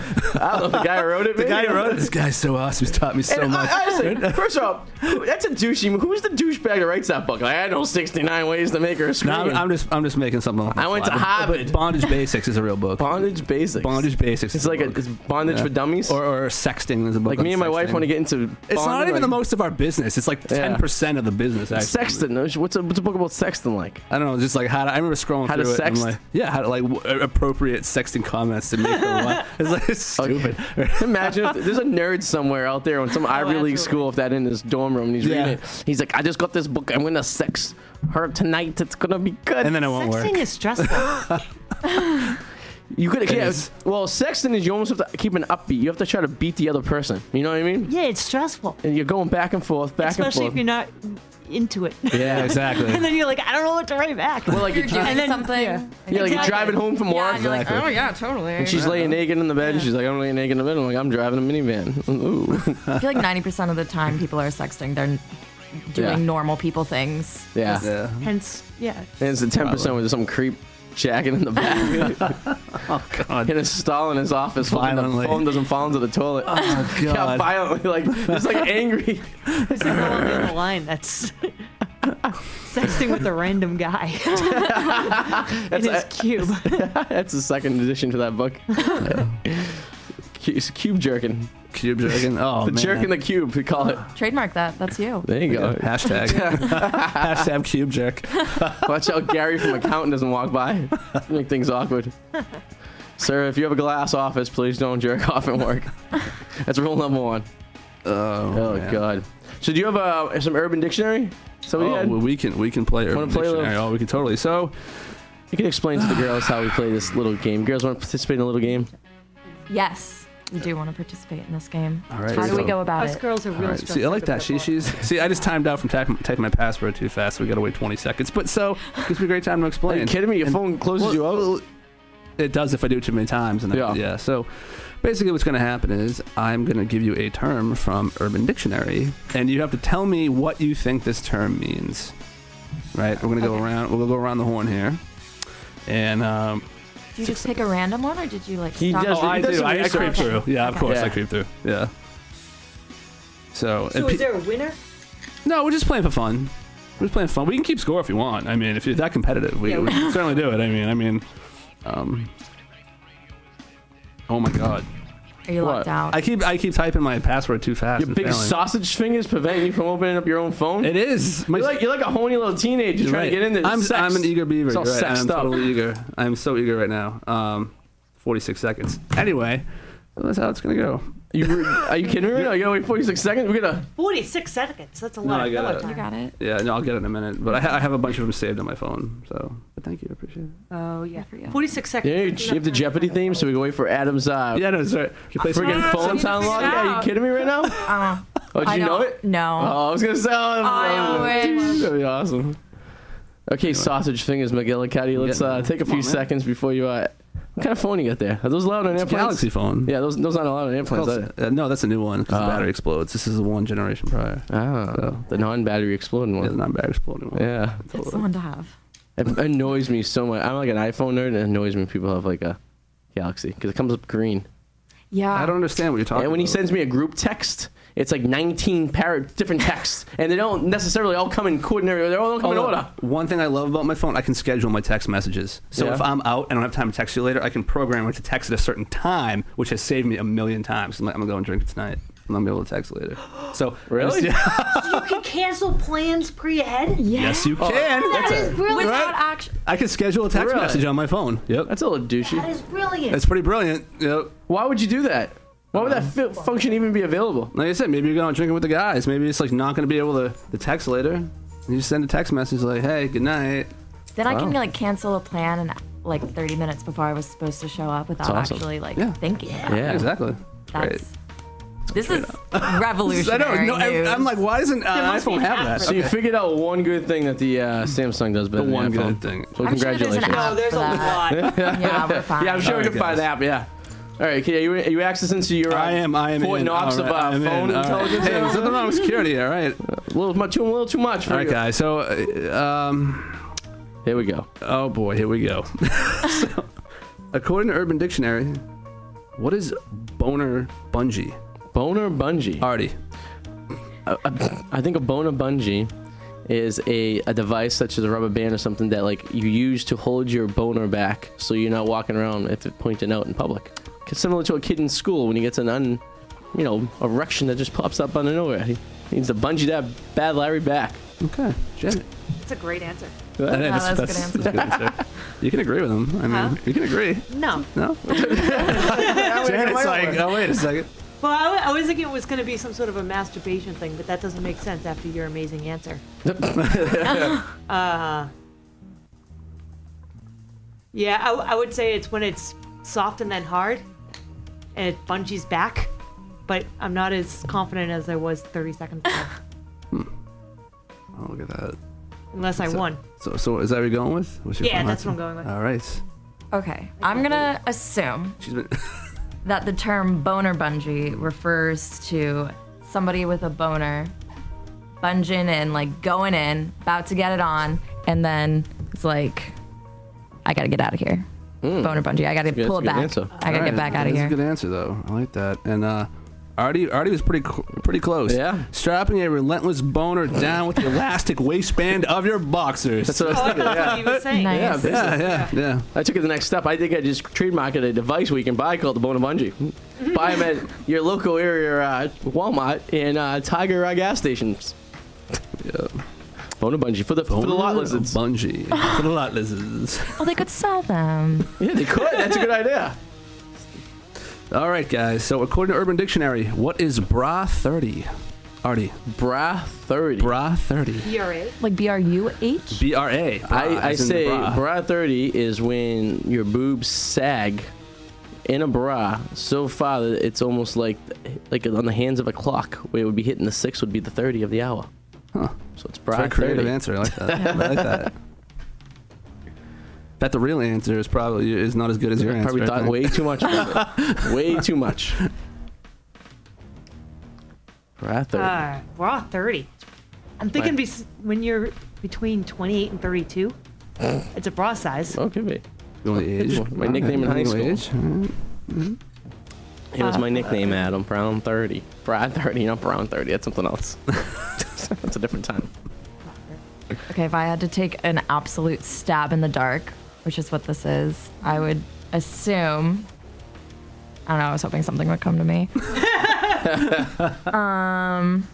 Speaker 3: I don't know if the guy who wrote it
Speaker 4: Oh. The
Speaker 3: maybe.
Speaker 4: guy who wrote it, this guy's so awesome. He's taught me so
Speaker 3: And I-
Speaker 4: much.
Speaker 3: honestly, first off, who- that's a douchey. move. Who's the douchebag that writes that book? Like, I know 69 ways to make her
Speaker 4: No,
Speaker 3: scream.
Speaker 4: I'm, I'm just I'm just making something. up on
Speaker 3: I
Speaker 4: the
Speaker 3: went
Speaker 4: fly,
Speaker 3: to
Speaker 4: but-
Speaker 3: Harvard.
Speaker 4: but Bondage Basics is a real book.
Speaker 3: bondage basics.
Speaker 4: Bondage Basics.
Speaker 3: It's
Speaker 4: is a
Speaker 3: like a,
Speaker 4: book.
Speaker 3: it's bondage
Speaker 4: Yeah.
Speaker 3: for dummies.
Speaker 4: Or, or sexting is a book.
Speaker 3: like
Speaker 4: on
Speaker 3: me and my wife
Speaker 4: sexting.
Speaker 3: want to get into.
Speaker 4: It's not
Speaker 3: bonding,
Speaker 4: even the
Speaker 3: like-
Speaker 4: most of our business. It's like
Speaker 3: Yeah.
Speaker 4: ten percent of the business. Actually.
Speaker 3: Sexton. no? What's a, what's a book about sexton like?
Speaker 4: I don't know. Just like how to, I remember scrolling
Speaker 3: How to
Speaker 4: through it. and
Speaker 3: sext?
Speaker 4: I'm like, yeah, how to like w- appropriate sexting comments to make her laugh. It's like it's stupid.
Speaker 3: Imagine if there's a nerd somewhere out there in some
Speaker 6: Oh,
Speaker 3: Ivy
Speaker 5: absolutely.
Speaker 3: League school, if that in his dorm room, and he's
Speaker 4: Yeah.
Speaker 3: reading it. He's like, I just got this book. I'm gonna sex her tonight. It's gonna be good.
Speaker 4: And then it won't work.
Speaker 5: Sexting is stressful.
Speaker 3: you could, yeah.
Speaker 4: is.
Speaker 3: Well, sexting is you almost have to keep an upbeat. You have to try to beat the other person. You know what I mean?
Speaker 5: yeah, it's stressful,
Speaker 3: And you're going back and forth, back
Speaker 5: especially
Speaker 3: and
Speaker 5: if
Speaker 3: forth.
Speaker 5: you're not into it.
Speaker 4: Yeah, exactly.
Speaker 5: and then you're like, I don't know what to write back.
Speaker 3: well, like
Speaker 6: You're
Speaker 3: you're,
Speaker 6: doing
Speaker 5: And then-
Speaker 6: something.
Speaker 3: yeah,
Speaker 5: yeah.
Speaker 3: like you're
Speaker 5: Exactly.
Speaker 3: driving home from
Speaker 6: Yeah,
Speaker 3: work.
Speaker 6: and you're like, oh
Speaker 4: Exactly.
Speaker 6: yeah, totally.
Speaker 3: And she's laying naked in the bed. and She's like, I'm laying naked in the bed. I'm like, I'm driving a minivan. Ooh.
Speaker 6: I feel like 90% of the time people are sexting. They're doing
Speaker 3: Yeah.
Speaker 6: normal people things.
Speaker 3: Yeah.
Speaker 6: Just-
Speaker 4: yeah.
Speaker 5: Hence, yeah.
Speaker 3: And it's the 10% with some creep jacking in the back.
Speaker 4: God.
Speaker 3: and it's Stalin in his office. hoping
Speaker 4: Violently.
Speaker 3: The phone doesn't fall into the toilet.
Speaker 4: Oh,
Speaker 3: yeah,
Speaker 4: God.
Speaker 3: violently, like just like angry.
Speaker 5: There's like no one in the line that's sexting with a random guy in his cube.
Speaker 3: That's the second edition to that book. Cu- it's cube jerking.
Speaker 4: Cube jerking. Oh
Speaker 3: The
Speaker 4: man.
Speaker 3: jerk in the cube, we call it.
Speaker 6: Trademark that. That's you.
Speaker 3: There you go.
Speaker 4: Hashtag. Hashtag cube jerk.
Speaker 3: Watch out, Gary from accountant doesn't walk by. Make things awkward. Sir, if you have a glass office, please don't jerk off at work. That's rule number one.
Speaker 4: Oh,
Speaker 3: Oh
Speaker 4: man.
Speaker 3: God. So do you have uh, some Urban Dictionary? Somebody
Speaker 4: Oh,
Speaker 3: had?
Speaker 4: well, we can we can play Urban
Speaker 3: Wanna play a little-
Speaker 4: Dictionary. Oh, we can totally. So
Speaker 3: You can explain to the girls how we play this little game. Girls want to participate in a little game.
Speaker 6: Yes. We do want to participate in this game.
Speaker 4: All right,
Speaker 6: How do
Speaker 4: so-
Speaker 6: we go about
Speaker 5: Us
Speaker 6: it?
Speaker 5: girls are real
Speaker 4: All right.
Speaker 5: stressed
Speaker 4: See, I like
Speaker 5: out
Speaker 4: that.
Speaker 5: about
Speaker 4: She, she's see. I just timed out from typing, typing my password too fast, so we got to wait 20 seconds. But so gives me a great time to
Speaker 3: Are
Speaker 4: explain.
Speaker 3: you kidding me? Your
Speaker 4: And-
Speaker 3: phone closes
Speaker 4: well,
Speaker 3: you out.
Speaker 4: well, It does if I do it too many times. And I-
Speaker 3: Yeah.
Speaker 4: yeah. So basically, what's going to happen is I'm going to give you a term from Urban Dictionary, and you have to tell me what you think this term means. right? We're gonna go
Speaker 6: Okay.
Speaker 4: around. We'll go around the horn here, and um, Oh,
Speaker 6: Do you just pick a random one, or did you like?
Speaker 3: He
Speaker 6: stop
Speaker 3: does-
Speaker 6: and-
Speaker 3: he
Speaker 4: I
Speaker 3: does
Speaker 4: do.
Speaker 3: some
Speaker 4: I, I creep
Speaker 3: research.
Speaker 4: through. Yeah, of
Speaker 6: Okay.
Speaker 4: course I
Speaker 3: Yeah.
Speaker 4: creep through. Yeah. So, and
Speaker 5: So
Speaker 4: pe-
Speaker 5: is there a winner?
Speaker 4: no, we're just playing for fun. We're just playing for fun. We can keep score if you want. I mean, if you're that competitive, we,
Speaker 5: Yeah,
Speaker 4: we
Speaker 5: we-
Speaker 4: can certainly do it. I mean, I mean, um, oh my god,
Speaker 6: Are you
Speaker 3: What?
Speaker 6: locked out?
Speaker 4: I keep I keep typing my password too fast.
Speaker 3: Your
Speaker 4: and
Speaker 3: big
Speaker 4: failing.
Speaker 3: sausage fingers prevent you from opening up your own phone.
Speaker 4: It is. My,
Speaker 3: You're like you're like a horny little teenager trying to get in there.
Speaker 4: I'm,
Speaker 3: Sex.
Speaker 4: I'm an eager beaver.
Speaker 3: It's all
Speaker 4: you're right.
Speaker 3: sexed
Speaker 4: I'm
Speaker 3: up.
Speaker 4: totally eager. I'm so eager right now. Um, 46 seconds. Anyway, that's how it's gonna go.
Speaker 3: You were- are you kidding me? right now? You gotta wait 46 seconds. We're gonna.
Speaker 5: 46 seconds. That's a lot
Speaker 4: I
Speaker 5: of
Speaker 4: got
Speaker 5: pillow
Speaker 4: it.
Speaker 5: time.
Speaker 6: you got it.
Speaker 4: Yeah, no, I'll get it in a minute. But I, ha- I have a bunch of them saved on my phone. So, but thank you, I appreciate it.
Speaker 6: Oh yeah, for you.
Speaker 5: 46 seconds.
Speaker 3: Yeah, you you have the Jeopardy theme, so we can wait for Adam's uh,
Speaker 4: Yeah, no, sorry. You play
Speaker 3: freaking
Speaker 4: some-
Speaker 3: phone
Speaker 6: something to
Speaker 3: time
Speaker 6: figure
Speaker 3: log. Yeah, you
Speaker 6: out.
Speaker 3: kidding me right now?
Speaker 6: Uh,
Speaker 3: Oh, did
Speaker 6: I
Speaker 3: you know
Speaker 6: don't-
Speaker 3: it?
Speaker 6: No.
Speaker 3: Oh, I was gonna say. Oh,
Speaker 6: I wish.
Speaker 3: That'd be awesome. Okay, sausage fingers, McGillicuddy. Let's
Speaker 4: Getting
Speaker 3: uh,
Speaker 4: there.
Speaker 3: take a
Speaker 4: Come
Speaker 3: few
Speaker 4: on, man.
Speaker 3: seconds before you. Uh, what kind of phone you got there? Are those allowed on airplanes?
Speaker 4: Galaxy phone.
Speaker 3: Yeah, those those aren't allowed on airplanes. Are they?
Speaker 4: Uh, no, that's a new one because
Speaker 3: Oh.
Speaker 4: the battery explodes. This is the one generation prior.
Speaker 3: Oh,
Speaker 4: So-
Speaker 3: the non-battery exploding
Speaker 4: It's
Speaker 3: one.
Speaker 4: not battery exploding one.
Speaker 3: Yeah,
Speaker 6: That's the one to have.
Speaker 3: it annoys me so much. I'm like an iPhone nerd, and it annoys me when people have like a Galaxy because it comes up green.
Speaker 6: Yeah.
Speaker 4: I don't understand what you're talking.
Speaker 3: And when he
Speaker 4: about.
Speaker 3: sends me a group text, it's like 19 par- different texts, and they don't necessarily all come in coordinate. They all don't come in
Speaker 4: Oh,
Speaker 3: order.
Speaker 4: One thing I love about my phone, I can schedule my text messages. So
Speaker 3: Yeah.
Speaker 4: if I'm out and I don't have time to text you later, I can program it to text at a certain time, which has saved me a million times. I'm like, I'm gonna go and drink tonight. I'm gonna be able to text later. So
Speaker 3: Really?
Speaker 5: You can cancel plans pre ahead?
Speaker 6: Yeah.
Speaker 4: yes, you can.
Speaker 3: that's
Speaker 5: That
Speaker 3: a-
Speaker 5: is brilliant.
Speaker 6: Without action.
Speaker 4: Oh, I can schedule a text
Speaker 3: Really?
Speaker 4: message on my phone. Yep,
Speaker 3: That's a little douchey.
Speaker 5: That is brilliant.
Speaker 4: that's pretty brilliant. Yep.
Speaker 3: Why would you do that? Why would that fi- function even be available?
Speaker 4: Like I said, maybe you're going out drinking with the guys. Maybe it's like not gonna be able to, to text later. And you just send a text message like, "Hey, good night."
Speaker 6: Then I can
Speaker 3: Wow.
Speaker 6: like cancel a plan and like 30 minutes before I was supposed to show up without
Speaker 3: awesome.
Speaker 6: actually like
Speaker 4: Yeah.
Speaker 6: thinking. about it.
Speaker 3: Yeah.
Speaker 4: Exactly. Great.
Speaker 6: That's. This is
Speaker 4: I don't
Speaker 6: revolutionary.
Speaker 4: know.
Speaker 6: news.
Speaker 4: I- I'm like, why doesn't uh,
Speaker 5: must be
Speaker 4: iPhone
Speaker 5: an
Speaker 4: have
Speaker 5: app
Speaker 4: that?
Speaker 5: for
Speaker 3: So you figured out one good thing that the uh, Samsung does better.
Speaker 4: The
Speaker 3: than
Speaker 4: one
Speaker 3: the iPhone.
Speaker 4: good thing.
Speaker 3: So
Speaker 6: I'm sure there's
Speaker 3: congratulations.
Speaker 6: an app
Speaker 5: oh, there's a
Speaker 6: for
Speaker 5: lot.
Speaker 6: that. Yeah, we're fine.
Speaker 3: yeah, I'm sure
Speaker 4: All
Speaker 3: we
Speaker 4: right,
Speaker 3: can find the app. Yeah. All right, okay, are you, are you accessing to your uh,
Speaker 4: I am. I am.
Speaker 3: Fort
Speaker 4: in.
Speaker 3: Knox
Speaker 4: All
Speaker 3: of uh,
Speaker 4: I'm in.
Speaker 3: phone
Speaker 4: All right.
Speaker 3: intelligence?
Speaker 4: Hey, there's nothing wrong with security. All right.
Speaker 3: A little, mu- too, a little too much. For
Speaker 4: All right,
Speaker 3: you.
Speaker 4: guys. So, uh, um,
Speaker 3: Here we go.
Speaker 4: oh boy, here we go. So, according to Urban Dictionary, what is boner bungee?
Speaker 3: Boner bungee.
Speaker 4: Artie.
Speaker 3: I think a boner bungee is a, a device such as a rubber band or something that like you use to hold your boner back so you're not walking around with it pointing out in public. 'Cause similar to a kid in school when he gets an un, you know, erection that just pops up out of nowhere. He needs to bungee that bad Larry back.
Speaker 4: Okay, Janet.
Speaker 5: That's a great answer.
Speaker 6: that's a good answer.
Speaker 4: that's a good answer. You can agree with him. I mean,
Speaker 5: Huh?
Speaker 4: you can agree.
Speaker 5: No.
Speaker 4: No. Janet's like, oh wait a second.
Speaker 5: Well, I, wa- I was thinking it was going to be some sort of a masturbation thing, but that doesn't make sense after your amazing answer.
Speaker 3: Uh-huh.
Speaker 5: uh, yeah, I, w- I would say it's when it's soft and then hard, and it bungees back. But I'm not as confident as I was 30 seconds ago,
Speaker 4: Oh look at that.
Speaker 5: unless I
Speaker 4: So-
Speaker 5: won.
Speaker 4: So, so is that what you're going with? What's your
Speaker 5: Yeah,
Speaker 4: phone
Speaker 5: that's what I'm
Speaker 4: answer?
Speaker 5: going with.
Speaker 4: All right.
Speaker 6: Okay, I'm gonna assume
Speaker 4: She's been.
Speaker 6: that the term boner bungee refers to somebody with a boner bunging in, like going in, about to get it on, and then it's like, I gotta get out of here. Boner bungee, I gotta
Speaker 3: good-
Speaker 6: pull it back.
Speaker 3: that's a good answer.
Speaker 6: I gotta get back out of
Speaker 4: That's
Speaker 6: here.
Speaker 4: a good answer, though. I like that. And uh, Artie, Artie was pretty co- pretty close.
Speaker 3: Yeah.
Speaker 4: Strapping a relentless boner down with the elastic waistband of your boxers.
Speaker 3: That's what I was
Speaker 5: Oh, I
Speaker 3: thinking.
Speaker 5: thought that's what
Speaker 3: Yeah.
Speaker 5: he was saying.
Speaker 6: Nice.
Speaker 3: Yeah, basically.
Speaker 4: yeah, yeah, yeah.
Speaker 3: I took it the next step. I think I just trademarked a device we can buy called the Bona Bungee. buy them at your local area uh, Walmart and uh, Tiger Eye gas stations. Bona Bungee for the for the lot
Speaker 4: Boner
Speaker 3: lizards.
Speaker 4: Bungee. for the lot lizards.
Speaker 6: Well, they could sell them.
Speaker 3: Yeah, they could. That's a good idea.
Speaker 4: All right, guys. So according to Urban Dictionary, what is bra thirty? Artie,
Speaker 3: Bra thirty.
Speaker 4: bra thirty.
Speaker 5: ERA.
Speaker 6: Like B R U H?
Speaker 4: B R A. bra,
Speaker 3: I, I
Speaker 4: as in the
Speaker 3: say
Speaker 4: bra.
Speaker 3: bra. thirty is when your boobs sag in a bra so far that it's almost like like on the hands of a clock where it would be hitting the six would be the thirty of the hour.
Speaker 4: Huh.
Speaker 3: So it's bra
Speaker 4: Very creative
Speaker 3: thirty.
Speaker 4: answer. I like that. I like that. Bet the real answer is probably is not as good as your answer.
Speaker 3: Probably
Speaker 4: I
Speaker 3: thought
Speaker 4: think.
Speaker 3: way too much about it. Way too much. Bra 30.
Speaker 5: Uh, we're all 30. I'm thinking
Speaker 3: Right.
Speaker 5: bes- when you're between 28 and 32. It's a bra size.
Speaker 3: Oh, could be.
Speaker 4: The only age.
Speaker 3: My nickname in high
Speaker 4: Only
Speaker 3: school.
Speaker 4: age.
Speaker 3: It was my nickname,
Speaker 5: Ah.
Speaker 3: Adam. Brown 30. Brown 30, not Brown 30. That's something else. That's a different time.
Speaker 6: Okay, if I had to take an absolute stab in the dark, which is what this is, I would assume. I don't know. I was hoping something would come to me. um,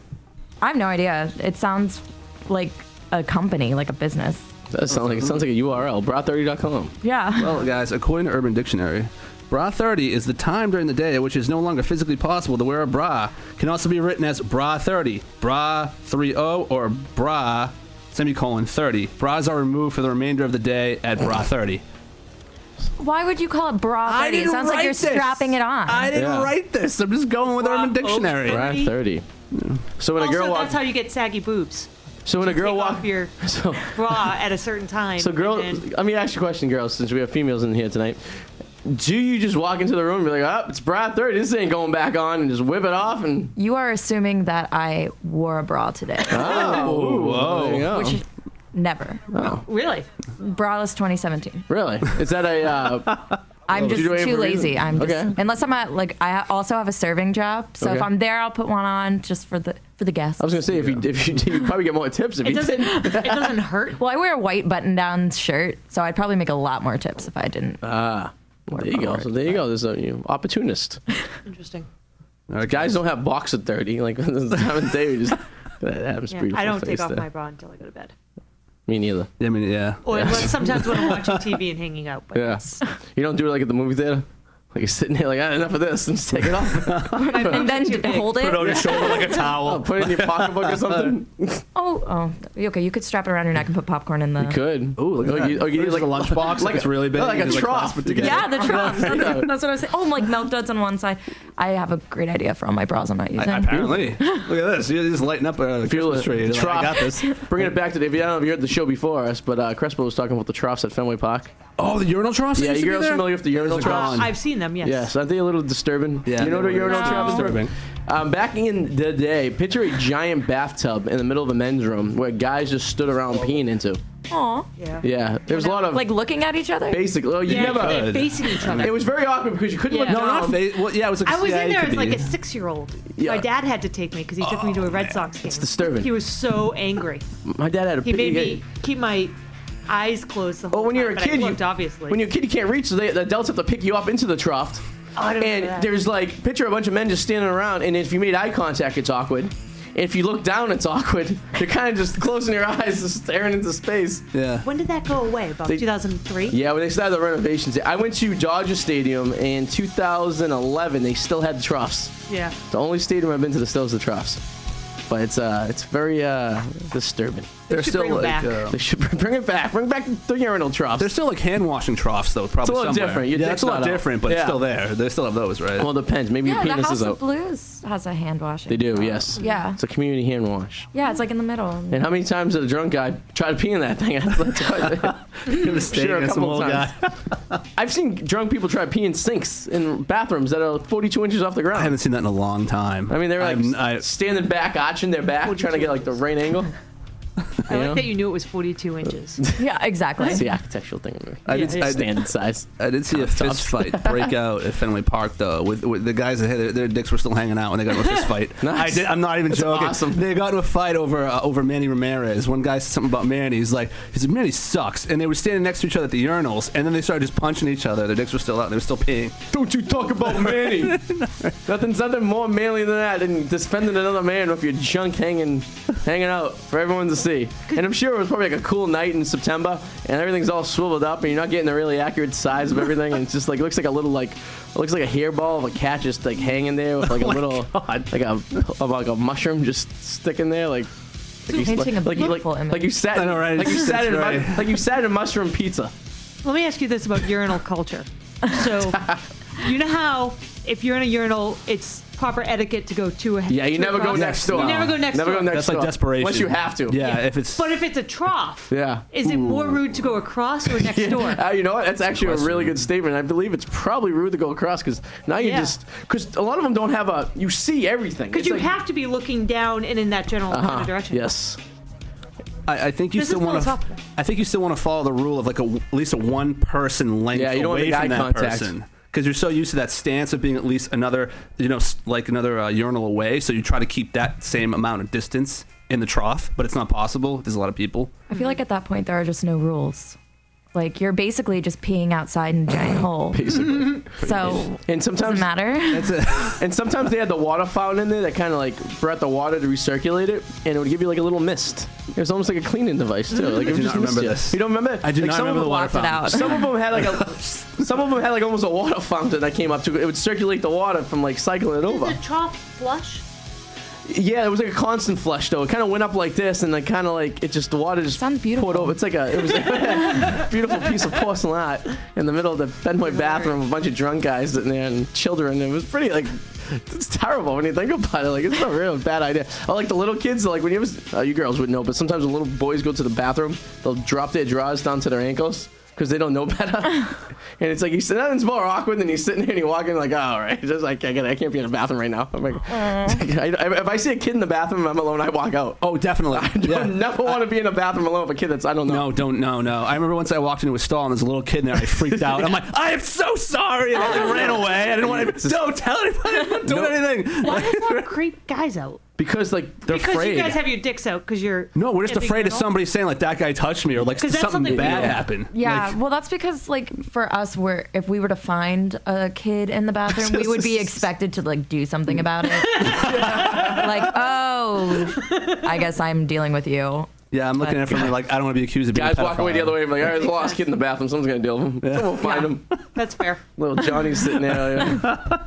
Speaker 6: I have no idea. It sounds like a company, like a business.
Speaker 3: That sounds like it sounds like a URL. Brown30.com.
Speaker 6: Yeah.
Speaker 4: Well, guys, according to Urban Dictionary, bra 30 is the time during the day at which it is no longer physically possible to wear a bra. Can also be written as bra 30, bra 30, or bra semicolon 30. Bras are removed for the remainder of the day at bra 30.
Speaker 6: Why would you call it bra? 30? It sounds like you're strapping it on.
Speaker 4: I didn't
Speaker 3: Yeah.
Speaker 4: write this. I'm just going with
Speaker 5: Bra
Speaker 4: Urban Dictionary.
Speaker 5: over.
Speaker 3: Brown 30. So when a
Speaker 5: Also,
Speaker 3: girl
Speaker 5: that's
Speaker 3: walks,
Speaker 5: how you get saggy boobs.
Speaker 3: so when a girl
Speaker 5: Take
Speaker 3: walks,
Speaker 5: off your
Speaker 3: so
Speaker 5: bra at a certain time.
Speaker 3: so girl,
Speaker 5: and then-
Speaker 3: let me ask you a question, girls, since we have females in here tonight. Do you just walk into the room and be like, "Up, it's Brown 30. This ain't going back on," and just whip it off and
Speaker 6: you are assuming that I wore a bra today,
Speaker 3: oh, whoa,
Speaker 6: which is never.
Speaker 5: really?
Speaker 6: Braless 2017.
Speaker 3: really? Is that a uh,
Speaker 6: I'm
Speaker 3: did
Speaker 6: just
Speaker 3: you do it
Speaker 6: too
Speaker 3: for a
Speaker 6: lazy.
Speaker 3: reason?
Speaker 6: I'm just
Speaker 3: Okay.
Speaker 6: unless I'm at like I ha- also have a serving job, so if
Speaker 3: Okay.
Speaker 6: I'm there, I'll put one on just for the for the guests.
Speaker 3: I was gonna say if you if you did, you'd probably get more tips if
Speaker 5: It
Speaker 3: you
Speaker 5: doesn't.
Speaker 3: did.
Speaker 5: It doesn't hurt.
Speaker 6: well, I wear a white button-down shirt, so I'd probably make a lot more tips if I didn't.
Speaker 3: Ah, there you go. So there you go. There's a you opportunist.
Speaker 5: Interesting.
Speaker 4: Okay.
Speaker 3: Guys don't have box at 30. Like this is the time of day we just that happens
Speaker 5: Yeah,
Speaker 3: beautiful
Speaker 5: I don't
Speaker 3: face
Speaker 5: take off
Speaker 3: there.
Speaker 5: my bra until I go to bed.
Speaker 3: Me neither.
Speaker 4: I mean, yeah.
Speaker 5: Or unless sometimes when I'm watching TV and hanging out. But
Speaker 3: Yeah. You don't do it like at the movie theater? Like you're sitting there like, ah, enough of this, and just take it off.
Speaker 6: and then d- hold it.
Speaker 4: your shoulder like a towel.
Speaker 3: Put it in your pocketbook or something.
Speaker 6: Oh, oh, okay. You could strap it around your neck and put popcorn in the.
Speaker 3: Could.
Speaker 4: Ooh, look at
Speaker 3: Or
Speaker 4: that.
Speaker 3: you, or you
Speaker 4: Or
Speaker 3: need like
Speaker 4: just a lunchbox, like it's really big,
Speaker 3: Like a
Speaker 4: you just, like,
Speaker 3: trough.
Speaker 4: clasp it together.
Speaker 6: Yeah, the trunks. That's,
Speaker 3: Yeah.
Speaker 6: that's what I was saying. Oh, like melt duds on one side. I have a great idea for all my bras I'm not using.
Speaker 4: Apparently, look at this. You're just lighting up a
Speaker 3: Feel
Speaker 4: Christmas
Speaker 3: it.
Speaker 4: tree. You're like, I
Speaker 3: Trough.
Speaker 4: got this.
Speaker 3: Bringing it back to the, if you I don't know if you heard the show before us, but uh, Crespo was talking about the troughs at Fenway Park.
Speaker 4: Oh, the urinal troughs.
Speaker 3: Yeah,
Speaker 4: used
Speaker 3: you
Speaker 4: to be
Speaker 3: girls
Speaker 4: there?
Speaker 3: familiar with the urinal
Speaker 4: Those are
Speaker 3: troughs?
Speaker 5: uh,
Speaker 4: gone.
Speaker 5: I've seen them. Yes.
Speaker 3: Yes, aren't they a little disturbing?
Speaker 4: Yeah,
Speaker 3: you know what
Speaker 4: they
Speaker 3: a
Speaker 4: were.
Speaker 3: urinal
Speaker 5: No.
Speaker 3: trap is?
Speaker 4: Disturbing.
Speaker 3: Um, back in the day, picture a giant bathtub in the middle of a men's room where guys just stood around peeing into.
Speaker 6: Aw.
Speaker 5: Yeah.
Speaker 3: Yeah, there was a lot of
Speaker 6: Like looking at each other.
Speaker 3: basic. Oh, you
Speaker 5: Yeah,
Speaker 3: never.
Speaker 5: they're facing each other.
Speaker 3: It was very awkward because you couldn't
Speaker 5: Yeah.
Speaker 3: look
Speaker 5: No,
Speaker 4: No,
Speaker 3: down.
Speaker 4: not fa- well, yeah, it was like
Speaker 5: I was
Speaker 4: yeah,
Speaker 5: in
Speaker 4: it
Speaker 5: there
Speaker 4: could
Speaker 5: as like
Speaker 4: be.
Speaker 5: a six-year-old.
Speaker 3: Yeah. Oh,
Speaker 5: My dad had to take me because he took me to a Red Sox game. It's
Speaker 3: disturbing.
Speaker 5: He was so angry.
Speaker 3: My dad had a.
Speaker 5: He made me keep my eyes closed the whole
Speaker 3: Well, when
Speaker 5: time.
Speaker 3: you're a
Speaker 5: but
Speaker 3: kid,
Speaker 5: I looked,
Speaker 3: you,
Speaker 5: obviously.
Speaker 3: when you're a kid, you can't reach, so they, the adults have to pick you up into the trough.
Speaker 5: Oh, I don't remember
Speaker 3: And
Speaker 5: that.
Speaker 3: there's like picture a bunch of men just standing around, and if you made eye contact, it's awkward. If you look down, it's awkward. You're kind of just closing your eyes, just staring into space.
Speaker 4: yeah.
Speaker 5: when did that go away? About
Speaker 3: They-
Speaker 5: 2003.
Speaker 3: Yeah, when they started the renovations, I went to Dodger Stadium in 2011. They still had the troughs.
Speaker 5: Yeah.
Speaker 3: The only stadium I've been to that still has the troughs. But it's uh, it's very uh, disturbing.
Speaker 4: They're
Speaker 5: should
Speaker 4: still
Speaker 5: bring 'em
Speaker 4: like
Speaker 5: back.
Speaker 4: uh,
Speaker 3: They should bring it back. Bring back the urinal troughs.
Speaker 4: they're still like hand washing troughs though. Probably
Speaker 3: little
Speaker 4: somewhere.
Speaker 3: different. Your
Speaker 4: Yeah,
Speaker 3: dick's
Speaker 4: it's a lot
Speaker 3: not out.
Speaker 4: different, but it's
Speaker 3: Yeah.
Speaker 4: still there. They still have those, right?
Speaker 3: well, it depends. Maybe
Speaker 6: Yeah,
Speaker 3: your
Speaker 6: the
Speaker 3: penis
Speaker 6: House
Speaker 3: is
Speaker 6: of
Speaker 3: out.
Speaker 6: Blues has a hand washing.
Speaker 3: They do, yes.
Speaker 6: Yeah.
Speaker 3: It's a community hand wash.
Speaker 6: Yeah, it's like in the middle.
Speaker 3: And how many times did a drunk guy try to pee in that thing? sure, a couple of times. I've seen drunk people try to pee in sinks in bathrooms that are 42 inches off the ground.
Speaker 4: I haven't seen that in a long time.
Speaker 3: I mean, they were like
Speaker 4: I'm- I,
Speaker 3: standing back, arching their back, trying to get like the right angle.
Speaker 5: I
Speaker 3: You
Speaker 5: like
Speaker 3: know?
Speaker 5: that you knew it was 42 inches.
Speaker 6: Yeah, exactly.
Speaker 3: It's the architectural thing. of it.
Speaker 4: I did,
Speaker 5: Yeah, yeah.
Speaker 4: I, did,
Speaker 3: Standard size.
Speaker 4: I did see a fist fight break out at Fenway Park though, with, with the guys that had their, their dicks were still hanging out when they got into a fist fight.
Speaker 3: Nice.
Speaker 4: I did, I'm not even joking.
Speaker 3: awesome.
Speaker 4: They got into a fight over uh, over Manny Ramirez. One guy said something about Manny. He's like, he said Manny sucks, and they were standing next to each other at the urinals, and then they started just punching each other. Their dicks were still out. and They were still peeing.
Speaker 3: Don't you talk about Manny. Nothing's nothing more manly than that, and defending another man with your junk hanging, hanging out for everyone to see. And I'm sure it was probably like a cool night in September, and everything's all swiveled up, and you're not getting the really accurate size of everything, and it's just like looks like a little like. It looks like a hairball of a cat just like hanging there with like a little, like a of, like a mushroom just sticking there, like like you,
Speaker 6: Painting a
Speaker 3: like, you-
Speaker 6: beautiful
Speaker 3: like,
Speaker 6: image.
Speaker 3: like you sat,
Speaker 4: I know, right?
Speaker 3: like you
Speaker 4: It's-
Speaker 3: sat
Speaker 4: it's
Speaker 3: in, a mu-
Speaker 4: very-
Speaker 3: like you sat in a mushroom pizza.
Speaker 5: Let me ask you this about urinal culture. So, you know how if you're in a urinal, it's proper etiquette to go to a
Speaker 3: Yeah, you
Speaker 5: to
Speaker 3: never go
Speaker 5: across-
Speaker 3: next door.
Speaker 5: You never go next
Speaker 3: Never
Speaker 5: door.
Speaker 3: go next
Speaker 4: That's
Speaker 3: door.
Speaker 4: like desperation.
Speaker 3: Unless you have to.
Speaker 4: Yeah, if it's
Speaker 5: But if it's a trough,
Speaker 3: Yeah.
Speaker 5: is it more rude to go across or next door?
Speaker 3: Uh, you know what? That's actually a
Speaker 4: question.
Speaker 3: really good statement. I believe it's probably rude to go across because now you
Speaker 5: Yeah.
Speaker 3: just because a lot of them don't have a. You see everything
Speaker 5: Because
Speaker 3: It's
Speaker 5: you
Speaker 3: like-
Speaker 5: have to be looking down and in that general kind
Speaker 3: Uh-huh.
Speaker 5: of direction.
Speaker 3: Yes.
Speaker 4: I, I think you
Speaker 5: This
Speaker 4: still
Speaker 5: is
Speaker 4: want to.
Speaker 5: philosophical.
Speaker 4: I think you still want to follow the rule of like a, at least a one person length
Speaker 3: Yeah, you don't want
Speaker 4: away
Speaker 3: to make
Speaker 4: from
Speaker 3: eye
Speaker 4: that
Speaker 3: contact.
Speaker 4: person because you're so used to that stance of being at least another, you know, s- like another uh, urinal away. So you try to keep that same amount of distance in the trough, but it's not possible. There's a lot of people.
Speaker 6: I feel like at that point there are just no rules. Like you're basically just peeing outside in a giant hole.
Speaker 3: basically.
Speaker 6: So
Speaker 3: And
Speaker 6: doesn't
Speaker 3: sometimes
Speaker 6: matter.
Speaker 4: That's a,
Speaker 3: and sometimes they had the water fountain in there that kind of like brought the water to recirculate it, and it would give you like a little mist. It was almost like a cleaning device too. Like it would
Speaker 4: do
Speaker 3: just mist
Speaker 4: not remember
Speaker 3: you.
Speaker 4: this.
Speaker 3: You don't remember?
Speaker 4: I do
Speaker 3: Like,
Speaker 4: not
Speaker 3: some of
Speaker 4: remember the
Speaker 3: them-
Speaker 4: water
Speaker 6: blocked it
Speaker 4: fountain.
Speaker 6: out.
Speaker 3: Some of them had like a, some of them had like almost a water fountain that came up to it. It would circulate the water from like cycling it
Speaker 5: The
Speaker 3: over.
Speaker 5: trough flush.
Speaker 3: Yeah, it was like a constant flush though. It kind of went up like this, and then kind of like it just the water just
Speaker 6: Sounds beautiful.
Speaker 3: poured over. Oh, It's like a it was a beautiful piece of porcelain art in the middle of the Fenway bathroom. A bunch of drunk guys sitting there and children. It was pretty like. It's terrible when you think about it. Like it's a real bad idea. I like the little kids. Like when you was, uh, you girls would know, but sometimes when little boys go to the bathroom, they'll drop their drawers down to their ankles because they don't know better. and it's like you said, nothing's more awkward than you sitting here and you walk in like, oh, all right, just like I, gotta, I can't be in the bathroom right now. I'm like, I, I- if I see a kid in the bathroom, and I'm alone. I walk out.
Speaker 4: oh, definitely.
Speaker 3: I never want to be in the bathroom alone with a kid that's I don't know.
Speaker 4: No, don't no no. I remember once I walked into a stall and there's a little kid in there. I freaked out. I'm like, I am so sorry. And I ran away. I didn't want to. Don't tell anybody. I'm not doing anything.
Speaker 5: Why does that creep guys out?
Speaker 3: because like they're
Speaker 5: Because
Speaker 4: afraid.
Speaker 5: you guys have your dicks out because you're.
Speaker 4: No, we're just
Speaker 5: a big
Speaker 4: afraid of
Speaker 5: girl.
Speaker 4: somebody saying like that guy touched me or like
Speaker 5: 'Cause that's
Speaker 4: something,
Speaker 5: something we
Speaker 4: bad
Speaker 5: do.
Speaker 4: happened.
Speaker 6: Yeah,
Speaker 4: Like,
Speaker 6: well, that's because like for us, we're if we were to find a kid in the bathroom, we would be expected to like do something about it. like, oh, I guess I'm dealing with you.
Speaker 4: yeah, I'm looking at it from like I don't want to be accused of being.
Speaker 3: guys
Speaker 4: a
Speaker 3: walk away
Speaker 4: pedophile.
Speaker 3: the other way. I'm like, all right, there's a lost kid in the bathroom. Someone's gonna deal with him. Someone will find him.
Speaker 5: That's fair.
Speaker 3: Little Johnny's sitting there. yeah.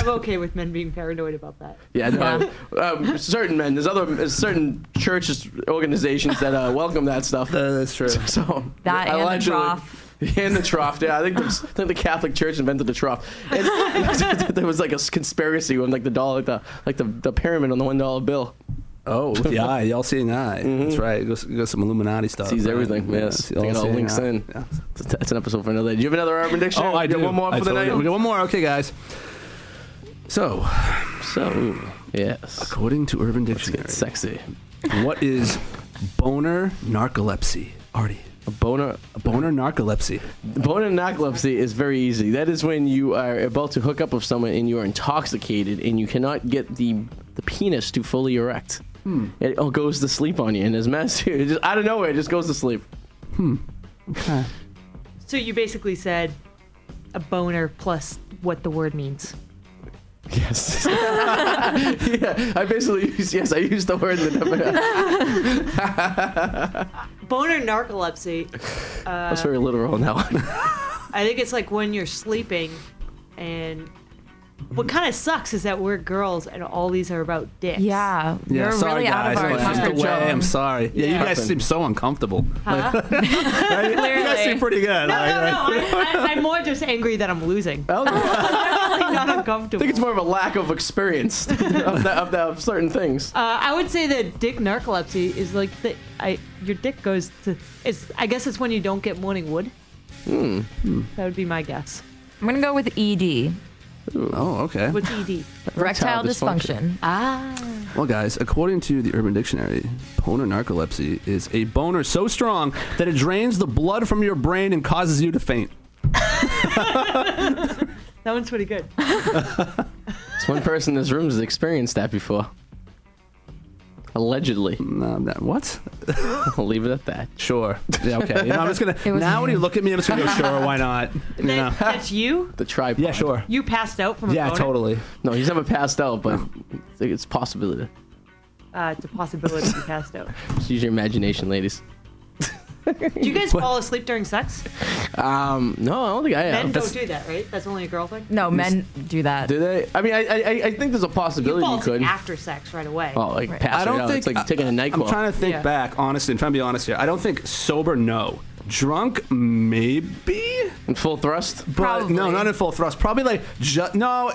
Speaker 5: I'm okay with men being paranoid about that.
Speaker 3: Yeah, no. um, certain men. There's other there's certain churches, organizations that uh, welcome that stuff.
Speaker 4: Uh, that's true.
Speaker 3: So
Speaker 6: That and the
Speaker 3: allegedly-
Speaker 6: trough.
Speaker 3: And the trough, yeah. I think the, I think the Catholic Church invented the trough. And there was like a s- conspiracy when like the dollar, like the like the, the pyramid on the one dollar bill.
Speaker 4: Oh, with the eye, y'all seeing eye. That's right. Go, go some Illuminati stuff.
Speaker 3: Mm-hmm. Sees
Speaker 4: right?
Speaker 3: everything.
Speaker 4: Yeah,
Speaker 3: Yes,
Speaker 4: see
Speaker 3: I think it all
Speaker 4: seeing
Speaker 3: links
Speaker 4: eye.
Speaker 3: in. Oh,
Speaker 4: Yeah.
Speaker 3: That's an episode for another day. Do you have another urban dictionary?
Speaker 4: Oh, I
Speaker 3: You got
Speaker 4: do.
Speaker 3: One more for
Speaker 4: I
Speaker 3: the
Speaker 4: totally
Speaker 3: night.
Speaker 4: do. We got one more. Okay, guys. So,
Speaker 3: So yes,
Speaker 4: according to Urban Dictionary,
Speaker 3: it's sexy.
Speaker 4: what is boner narcolepsy? Artie.
Speaker 3: A boner.
Speaker 4: A boner narcolepsy.
Speaker 3: Boner narcolepsy is very easy. That is when you are about to hook up with someone and you are intoxicated and you cannot get the the penis to fully erect. It all goes to sleep on you and is messed. It just out of nowhere, it just goes to sleep.
Speaker 5: So you basically said a boner plus what the word means.
Speaker 3: Yes. yeah, I basically use yes. I used the word in the definition.
Speaker 5: Boner narcolepsy.
Speaker 3: That's very literal on that one.
Speaker 5: I think it's like when you're sleeping, and what kind of sucks is that we're girls and all these are about dicks.
Speaker 6: Yeah,
Speaker 4: Yeah,
Speaker 6: you're
Speaker 4: sorry
Speaker 6: really
Speaker 4: guys.
Speaker 6: out of
Speaker 4: It's
Speaker 6: our
Speaker 4: just the
Speaker 6: comfort
Speaker 4: way.
Speaker 6: zone.
Speaker 4: I'm sorry. Yeah, you guys
Speaker 3: Happened.
Speaker 4: seem so uncomfortable. Like, right? You guys
Speaker 6: Clearly.
Speaker 4: seem pretty good.
Speaker 5: No, no, no. I, I, I'm more just angry that I'm losing.
Speaker 3: I don't know. I
Speaker 5: I'm not uncomfortable.
Speaker 3: think it's more of a lack of experience of, the, of, the, of certain things.
Speaker 5: Uh, I would say that dick narcolepsy is like the I your dick goes to it's I guess it's when you don't get morning wood. That would be my guess.
Speaker 6: I'm gonna go with E ED,
Speaker 4: Oh, okay.
Speaker 5: What's E ED?
Speaker 6: erectile
Speaker 3: dysfunction.
Speaker 6: dysfunction.
Speaker 4: Well, guys, according to the Urban Dictionary, boner narcolepsy is a boner so strong that it drains the blood from your brain and causes you to faint.
Speaker 5: That one's pretty good.
Speaker 3: It's one person in this room has experienced that before. Allegedly.
Speaker 4: No, that, what?
Speaker 3: I'll leave it at that.
Speaker 4: Sure. Yeah, okay. You know, I'm just gonna.
Speaker 6: It was
Speaker 4: now when
Speaker 6: me.
Speaker 4: you look at me, I'm just gonna go, sure, why not? You know.
Speaker 5: That- that's you?
Speaker 3: The tripod.
Speaker 4: Yeah, sure.
Speaker 5: You passed out from a
Speaker 4: Yeah,
Speaker 5: boner?
Speaker 4: totally.
Speaker 3: No, he's never passed out, but it's a possibility.
Speaker 5: Uh, it's a possibility you passed out.
Speaker 3: Just use your imagination, ladies.
Speaker 5: Do you guys fall asleep during sex?
Speaker 3: Um, no, I don't think I
Speaker 5: Men
Speaker 3: have.
Speaker 5: don't do that, right? That's only a girl thing.
Speaker 6: No, men do that.
Speaker 3: Do they? I mean, I, I, I think there's a
Speaker 5: You
Speaker 3: possibility you,
Speaker 5: fall asleep
Speaker 3: could.
Speaker 5: after sex right away.
Speaker 3: Oh, like
Speaker 6: Right.
Speaker 3: pass
Speaker 4: I don't
Speaker 3: out.
Speaker 4: think
Speaker 3: it's like taking a night
Speaker 4: I'm trying to think
Speaker 5: Yeah.
Speaker 4: back, honestly. I'm trying to be honest here. I don't think sober, no. Drunk, maybe.
Speaker 3: in full thrust.
Speaker 4: But no,
Speaker 6: Probably.
Speaker 4: not in full thrust. Probably like ju- no. i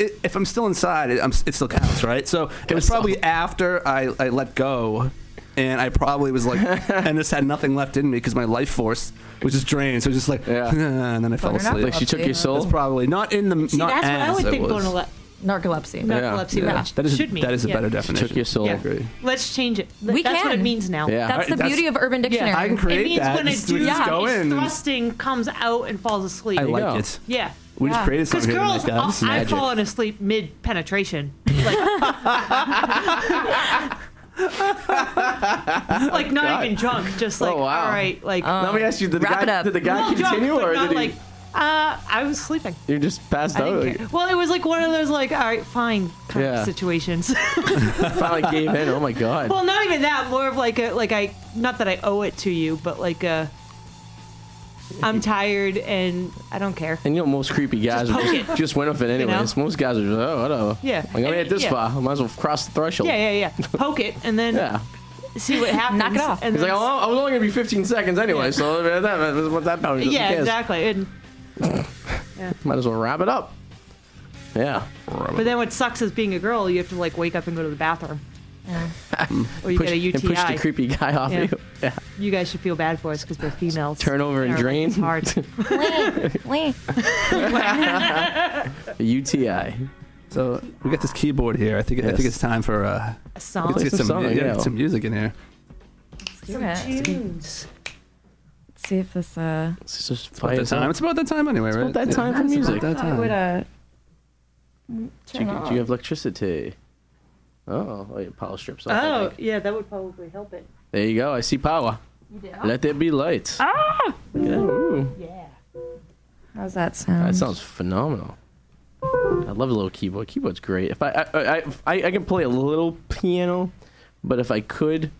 Speaker 4: i if I'm still inside, it, I'm, s- it still counts, right? So it was
Speaker 3: Guess so.
Speaker 4: probably after I, I let go, and I probably was like, and just had nothing left in me because my life force was just drained. So it was just like,
Speaker 3: Yeah.
Speaker 4: and then I fell
Speaker 6: Boner
Speaker 4: asleep.
Speaker 3: Like she took
Speaker 6: Update.
Speaker 3: your
Speaker 4: That's
Speaker 3: soul.
Speaker 4: probably not in the
Speaker 5: See,
Speaker 4: not
Speaker 5: that's what I
Speaker 4: as
Speaker 5: would
Speaker 4: it
Speaker 5: think
Speaker 4: was.
Speaker 5: boner le-
Speaker 6: narcolepsy.
Speaker 4: Yeah.
Speaker 5: Narcolepsy,
Speaker 4: Yeah.
Speaker 5: which
Speaker 4: That is
Speaker 5: should mean,
Speaker 4: that is a
Speaker 5: yeah.
Speaker 4: better definition.
Speaker 3: Took your soul.
Speaker 5: Yeah.
Speaker 4: agree.
Speaker 5: Let's change it. Th-
Speaker 6: We
Speaker 5: That's what it
Speaker 6: can.
Speaker 5: means now.
Speaker 3: Yeah.
Speaker 6: That's
Speaker 4: Alright,
Speaker 6: the
Speaker 4: Uh, that's-
Speaker 6: beauty of Urban Dictionary.
Speaker 4: I can
Speaker 5: It
Speaker 4: create
Speaker 5: means
Speaker 4: that.
Speaker 5: when a
Speaker 4: Just- we
Speaker 5: dude
Speaker 4: just
Speaker 6: Yeah.
Speaker 4: go
Speaker 5: is
Speaker 4: in. and-
Speaker 5: thrusting comes out and falls asleep.
Speaker 4: I like
Speaker 3: go.
Speaker 4: it.
Speaker 5: yeah.
Speaker 4: We just
Speaker 6: Yeah.
Speaker 4: created
Speaker 5: Because
Speaker 4: something. here
Speaker 5: girls, uh,
Speaker 4: tonight, guys.
Speaker 5: I'll- I've
Speaker 3: Magic.
Speaker 5: fallen asleep mid penetration. Like, like not even drunk, just like,
Speaker 3: Oh, wow.
Speaker 5: all right, like,
Speaker 3: Let me ask you: Did the
Speaker 6: Wrap it
Speaker 3: guy
Speaker 6: up.
Speaker 3: did the guy
Speaker 5: well, drunk,
Speaker 3: continue,
Speaker 5: but
Speaker 3: or
Speaker 5: not
Speaker 3: did he?
Speaker 5: like, uh, I was sleeping.
Speaker 3: you just passed
Speaker 6: didn't
Speaker 3: out.
Speaker 6: care.
Speaker 3: Like,
Speaker 5: Well, it was like one of those, like, all right, fine kind
Speaker 3: Yeah.
Speaker 5: of situations.
Speaker 3: finally gave in. Oh my god.
Speaker 5: well, not even that, more of like a, like, I, not that I owe it to you, but like, uh, I'm tired and I don't care.
Speaker 3: and you know, most creepy guys
Speaker 5: Just
Speaker 3: are
Speaker 5: poke
Speaker 3: just, just went off it anyways. Most guys are just, oh, whatever.
Speaker 5: Yeah.
Speaker 3: Like, I made it this
Speaker 5: Yeah.
Speaker 3: far. I might as well cross the threshold.
Speaker 5: Yeah, yeah, yeah. Poke it and then
Speaker 3: Yeah.
Speaker 5: see what happens.
Speaker 6: Knock it off.
Speaker 5: And
Speaker 3: He's like,
Speaker 5: then-
Speaker 3: "Oh, I was only gonna be 15 seconds anyway,
Speaker 5: Yeah.
Speaker 3: so uh, that, that, what that probably doesn't
Speaker 5: yeah,
Speaker 3: care.
Speaker 5: exactly. And
Speaker 3: Might as well wrap it up. Yeah.
Speaker 5: But then what sucks is being a girl, you have to like wake up and go to the bathroom. or you
Speaker 3: Push,
Speaker 5: get a
Speaker 3: and push the
Speaker 5: UTI.
Speaker 3: creepy guy off
Speaker 5: Yeah.
Speaker 3: you. Yeah.
Speaker 5: you guys should feel bad for us because we're females.
Speaker 3: Turn over and
Speaker 5: Our-
Speaker 3: drain.
Speaker 5: It's hard.
Speaker 3: A UTI.
Speaker 4: So we got this keyboard here. I think I think
Speaker 3: Yes.
Speaker 4: it's time for uh,
Speaker 5: A
Speaker 4: let's
Speaker 5: song.
Speaker 3: Play
Speaker 4: get
Speaker 3: some
Speaker 4: some
Speaker 3: song,
Speaker 4: yeah,
Speaker 3: yeah.
Speaker 4: get some music in here.
Speaker 6: Let's
Speaker 5: Tunes.
Speaker 6: see if this. Uh,
Speaker 3: It's just it's
Speaker 4: About that time. It's about that time anyway, right?
Speaker 3: about that
Speaker 4: Yeah.
Speaker 3: time for
Speaker 4: It's about
Speaker 3: music.
Speaker 4: that time.
Speaker 6: would uh, oh.
Speaker 3: Do you, do you have electricity? Oh, oh, your power strips off. I
Speaker 5: Oh,
Speaker 3: think.
Speaker 5: yeah, that would probably help it.
Speaker 3: There you go. I see power. Let there be light. Ah! Yeah. ooh.
Speaker 6: How's that sound?
Speaker 3: That sounds phenomenal. I love a little keyboard. Keyboard's great. If I I, I I I can play a little piano, but if I could,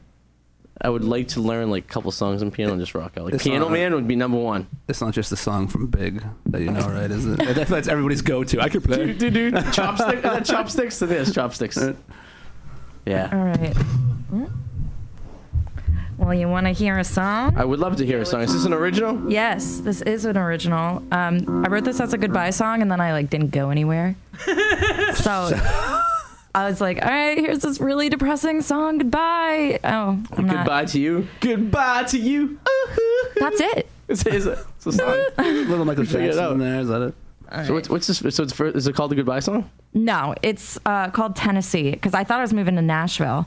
Speaker 3: I would like to learn like a couple songs on piano and just rock out. Like
Speaker 4: It's
Speaker 3: Piano
Speaker 4: not-
Speaker 3: Man would be number one.
Speaker 4: It's not just a song from Big that you know, right? Is it? I feel that's everybody's go-to. I could play.
Speaker 3: Dude, dude, chopstick, is that chopsticks to this chopsticks.
Speaker 4: Uh,
Speaker 3: Yeah,
Speaker 6: All right. Well, you want to hear a song?
Speaker 3: I would love to hear a song. Is this an original?
Speaker 6: Yes, this is an original. Um, I wrote this as a goodbye song, and then I like didn't go anywhere. so I was like, "All right, here's this really depressing song. Goodbye." Oh, I'm not.
Speaker 3: Goodbye to you. Goodbye to you.
Speaker 6: That's it.
Speaker 3: It's, it's, a, it's a song.
Speaker 4: little Michael
Speaker 3: Figure it out.
Speaker 4: Jackson there. Is that it?
Speaker 3: So what's, what's this? So it's first, is it called the goodbye song?
Speaker 6: No, it's uh, called Tennessee because I thought I was moving to Nashville,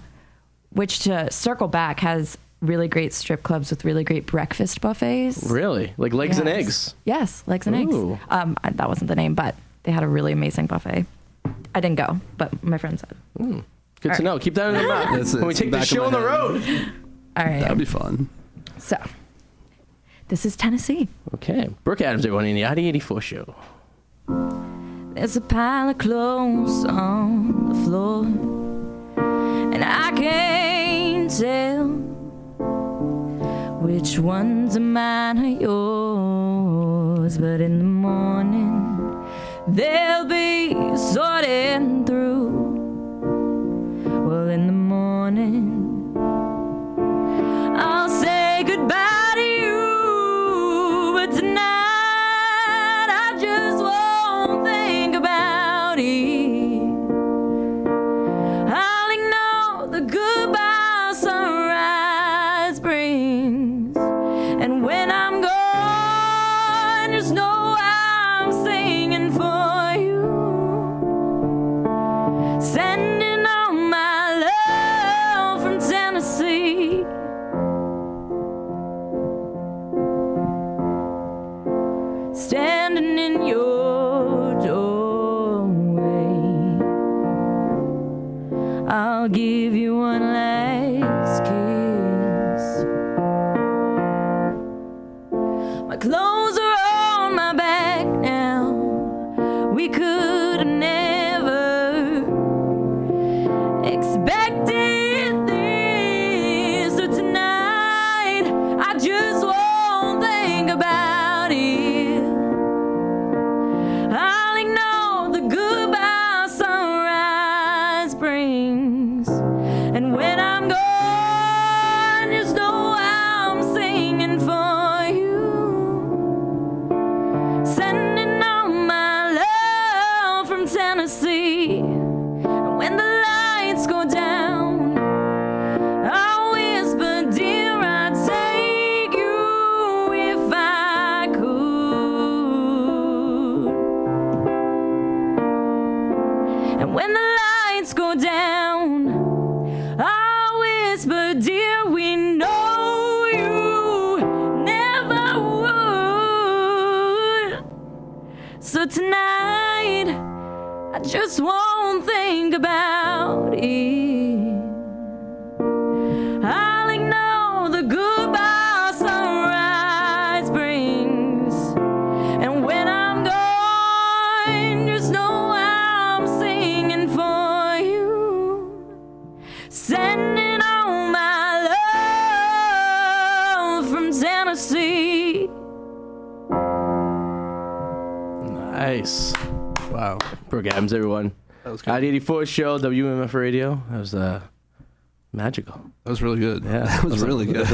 Speaker 6: which to circle back has really great strip clubs with really great breakfast buffets.
Speaker 3: Really? Like legs and
Speaker 6: Yes.
Speaker 3: eggs.
Speaker 6: Yes, legs and
Speaker 3: Ooh.
Speaker 6: eggs. Um, I- that wasn't the name, but they had a really amazing buffet. I didn't go, but my friend said.
Speaker 3: Good to know. Keep that in mind
Speaker 4: That's-
Speaker 3: when we
Speaker 4: it's
Speaker 3: take
Speaker 4: back
Speaker 3: the
Speaker 4: of
Speaker 3: show
Speaker 4: my
Speaker 3: on the
Speaker 4: head.
Speaker 3: road.
Speaker 6: All
Speaker 4: That'd
Speaker 6: right,
Speaker 4: be fun.
Speaker 6: so this is Tennessee.
Speaker 3: Okay. Brooke Adams, everyone, in the ID84 show.
Speaker 6: There's a pile of clothes on the floor, and I can't tell which ones are mine or yours. But in the morning, they'll be sorted through. Well, in the morning, I'll say goodbye to you. But tonight, I just won't think about it. I'll ignore the goodbye sunrise brings. And when I'm gone, just know I'm singing for you. Sending all my love from Tennessee. standing in your doorway. I'll give you one last kiss. My clothes are on my back now. We could have never expected this. So tonight, I just won't think about it. I'll ignore the goodbye sunrise brings. And when I'm gone, just know I'm singing for you. Sending all my love from Tennessee. And when the lights go down, I'll whisper, dear, I'd take you if I could. tonight. I just won't think about it. I'll ignore the goodbye sunrise brings. And when I'm gone, just know I'm singing for you. Sending all my love from Tennessee.
Speaker 3: Nice.
Speaker 4: Wow.
Speaker 3: Brooke Adams, everyone.
Speaker 4: That was good.
Speaker 3: At 84 show, WMF Radio. That was uh, magical.
Speaker 4: That was really good.
Speaker 3: Yeah,
Speaker 4: that was really good.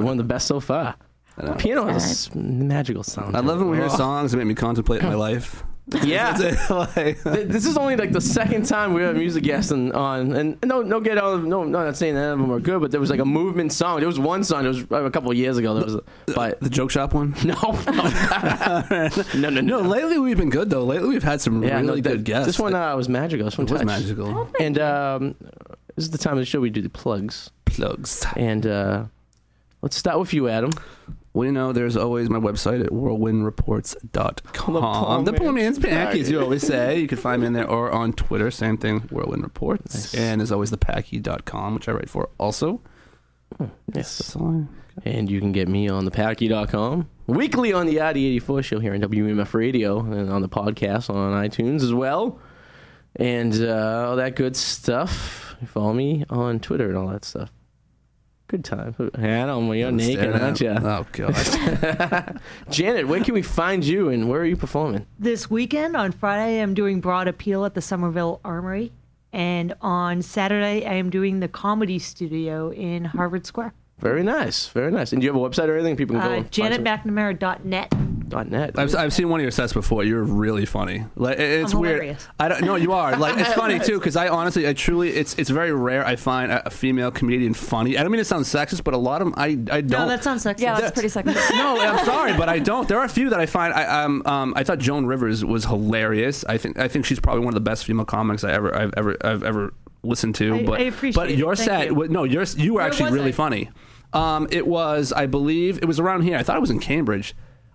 Speaker 3: One of the best so far. The piano has a s- magical sound.
Speaker 4: I
Speaker 3: to
Speaker 4: love
Speaker 3: it.
Speaker 4: when we hear
Speaker 3: Oh.
Speaker 4: songs that make me contemplate my life.
Speaker 3: Yeah.
Speaker 4: Like-
Speaker 3: Th- this is only like the second time we have a music guest on, on and no, no, get out of no, no, not saying none of them are good, but there was like a movement song. There was one song. It was uh, a couple of years ago. There was, a- but
Speaker 4: the joke shop one.
Speaker 3: no, no, no,
Speaker 4: No,
Speaker 3: no.
Speaker 4: lately we've been good though. Lately we've had some
Speaker 3: no,
Speaker 4: really
Speaker 3: th-
Speaker 4: good guests.
Speaker 3: This one uh, was magical. This one
Speaker 4: it was
Speaker 3: touched.
Speaker 4: magical.
Speaker 3: And um, this is the time of the show we do the plugs.
Speaker 4: Plugs.
Speaker 3: And uh, let's start with you, Adam.
Speaker 4: Well, you know, there's always my website at whirlwindreports.com. The poor man's packy, as you always say. You can find me in there or on Twitter, same thing, Whirlwind Reports. And as always, thepacky.com, which I write for also.
Speaker 3: Yes.
Speaker 4: That's all
Speaker 3: And you can get me on thepacky.com. Weekly on the ID84 show here on WMF Radio and on the podcast on iTunes as well. And uh, all that good stuff. You follow me on Twitter and all that stuff. Good time. Adam, you're
Speaker 4: I
Speaker 3: naked, aren't you?
Speaker 4: Oh, God.
Speaker 3: Janet, where can we find you and where are you performing?
Speaker 5: This weekend on Friday, I'm doing Broad Appeal at the Somerville Armory. And on Saturday, I am doing the Comedy Studio in Harvard Square.
Speaker 3: Very nice. Very nice. And do you have a website or anything? People can go
Speaker 5: Uh,
Speaker 3: and find some-
Speaker 5: JanetMcNamara.net.
Speaker 3: dot net.
Speaker 4: I've, I've seen one of your sets before. You're really funny. Like it- it's
Speaker 5: I'm
Speaker 4: weird.
Speaker 5: hilarious.
Speaker 4: I don't. No, you are. Like it's funny too. Because I honestly, I truly, it's it's very rare I find a, a female comedian funny. I don't mean to sound sexist, but a lot of 'em I I
Speaker 5: No,
Speaker 4: don't.
Speaker 5: that sounds sexy.
Speaker 6: Yeah, that's pretty sexy.
Speaker 4: no, I'm sorry, but I don't. There are a few that I find. I um, um I thought Joan Rivers was hilarious. I think I think she's probably one of the best female comics I ever I've ever I've ever listened to.
Speaker 5: I-
Speaker 4: but
Speaker 5: I appreciate
Speaker 4: but
Speaker 5: it.
Speaker 4: your
Speaker 5: Thank
Speaker 4: set
Speaker 5: you.
Speaker 4: was- no, yours you were
Speaker 5: Where
Speaker 4: actually
Speaker 5: was
Speaker 4: really
Speaker 5: I?
Speaker 4: funny. Um, it was I believe it was around here. I thought it was in Cambridge.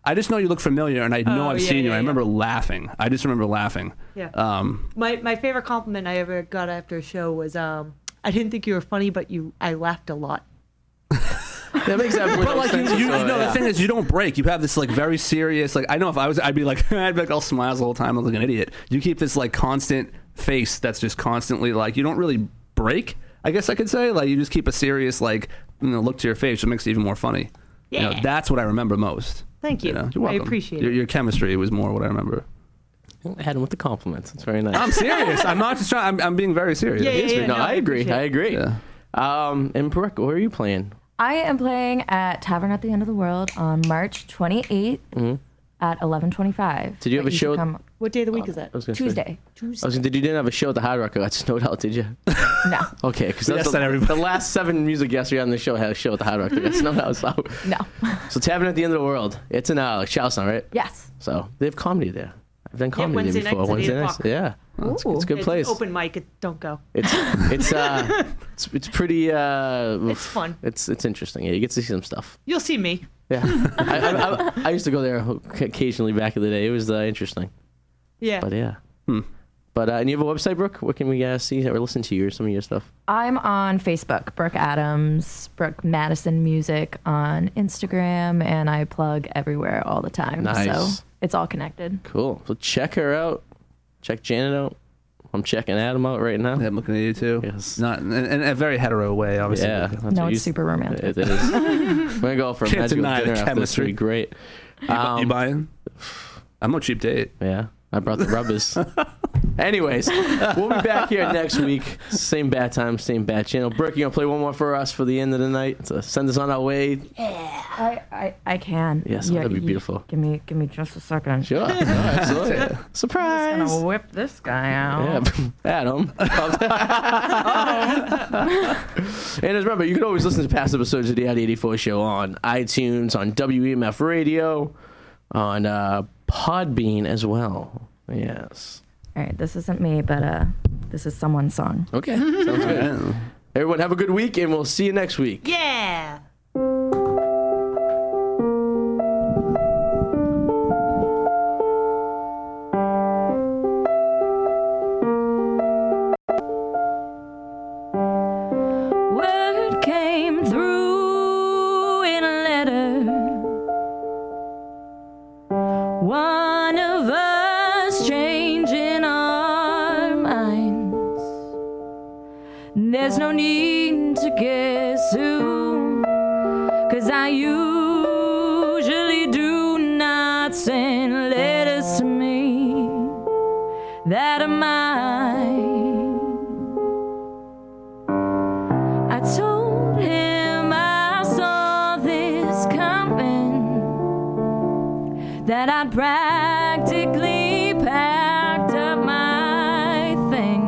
Speaker 4: I just know you look familiar, and I know
Speaker 5: Oh,
Speaker 4: I've
Speaker 5: yeah,
Speaker 4: seen you.
Speaker 5: yeah,
Speaker 4: I
Speaker 5: yeah.
Speaker 4: remember laughing. I just remember laughing.
Speaker 5: Yeah.
Speaker 4: Um,
Speaker 5: My my favorite compliment I ever got after a show was um I didn't think you were funny, but you I laughed a lot.
Speaker 3: that makes absolutely
Speaker 4: But like you,
Speaker 3: no sense.
Speaker 4: you,
Speaker 3: So,
Speaker 4: you know,
Speaker 3: yeah.
Speaker 4: the thing is, you don't break. You have this like very serious. Like I know if I was, I'd be like, I'd be like all smiles the whole time. I look like an idiot. You keep this like constant face that's just constantly like you don't really break. I guess I could say like you just keep a serious like you know, look to your face, which makes it even more funny. You know,
Speaker 5: Yeah.
Speaker 4: that's what I remember most.
Speaker 5: Thank you.
Speaker 4: know, you're
Speaker 5: I
Speaker 4: welcome.
Speaker 5: appreciate
Speaker 4: your,
Speaker 5: it.
Speaker 4: Your chemistry was more what I remember.
Speaker 3: Adam with the compliments. It's very nice.
Speaker 4: I'm serious. I'm not just trying. I'm, I'm being very serious.
Speaker 5: Yeah, yeah, yeah,
Speaker 3: no,
Speaker 5: no,
Speaker 3: I
Speaker 5: I
Speaker 3: agree.
Speaker 5: appreciate
Speaker 3: I
Speaker 5: it.
Speaker 3: agree.
Speaker 4: Yeah.
Speaker 3: Um, and Brooke, where are you playing?
Speaker 6: I am playing at Tavern at the End of the World on March 28th at 11:25.
Speaker 3: Mm-hmm. Did you have
Speaker 6: But
Speaker 3: a
Speaker 6: should
Speaker 3: show-
Speaker 6: come
Speaker 5: What day of the week is that?
Speaker 3: I was gonna say-
Speaker 6: Tuesday.
Speaker 3: I was, did you didn't have a show at the Hard Rock? I got snowed out. Did you?
Speaker 6: No,
Speaker 3: Okay, because
Speaker 4: asked
Speaker 3: that's
Speaker 4: that
Speaker 3: the,
Speaker 4: everybody.
Speaker 3: the last seven music guests we had on the show had a show at the Hard Rock. They got snowed out. So,
Speaker 6: no.
Speaker 3: so Tavern at the End of the World. It's in uh, Charlestown, right?
Speaker 6: Yes.
Speaker 3: So they have comedy there. I've done comedy
Speaker 5: Wednesday
Speaker 3: there before.
Speaker 5: nights at
Speaker 3: Wednesday
Speaker 5: 8
Speaker 3: nights.
Speaker 5: o'clock.
Speaker 3: Yeah, it's, it's a good
Speaker 5: It's
Speaker 3: place.
Speaker 5: Open mic. It, don't go.
Speaker 3: It's it's uh it's, it's pretty uh
Speaker 5: It's fun.
Speaker 3: It's it's interesting. Yeah, you get to see some stuff.
Speaker 5: You'll see me.
Speaker 3: Yeah, I, I, I, I used to go there occasionally back in the day. It was uh, interesting.
Speaker 5: Yeah.
Speaker 3: But yeah. But uh, and you have a website, Brooke? What can we uh, see or listen to you or some of your stuff?
Speaker 6: I'm on Facebook, Brooke Adams, Brooke Madison Music on Instagram, and I plug everywhere all the time.
Speaker 3: Nice.
Speaker 6: So it's all connected.
Speaker 3: Cool. So check her out. Check Janet out. I'm checking Adam out right now.
Speaker 4: Yeah, I'm looking at you too.
Speaker 3: Yes.
Speaker 4: Not in, in a very hetero way, obviously.
Speaker 3: Yeah. that's
Speaker 6: No,
Speaker 3: what
Speaker 6: it's
Speaker 3: you-
Speaker 6: super romantic.
Speaker 3: It it is. We're gonna go for a
Speaker 4: Can't
Speaker 3: magical
Speaker 4: deny the
Speaker 3: dinner after this. It'll be
Speaker 4: chemistry.
Speaker 3: Great. Um,
Speaker 4: you buying? I'm on cheap date.
Speaker 3: Yeah, I brought the rubbers. Anyways, we'll be back here next week. Same bad time, same bad channel. Brooke, you gonna play one more for us for the end of the night? So send us on our way.
Speaker 6: I, I, I can.
Speaker 3: Yes, that'd be
Speaker 6: you-
Speaker 3: beautiful.
Speaker 6: Give me give me just a second.
Speaker 3: Sure. No, absolutely.
Speaker 6: I'm
Speaker 3: Surprise.
Speaker 6: gonna whip this guy out.
Speaker 3: Yeah, Adam. and as remember, you can always listen to past episodes of the Ad 84 show on iTunes, on WEMF Radio, on uh, Podbean as well. Yes.
Speaker 6: All right, this isn't me, but uh, this is someone's song.
Speaker 3: Okay. Sounds good. Everyone, have a good week, and we'll see you next week.
Speaker 5: yeah.
Speaker 6: There's no need to guess who, cause I usually do not send letters to me that are mine. I told him I saw this coming, that I'd practically packed up my things.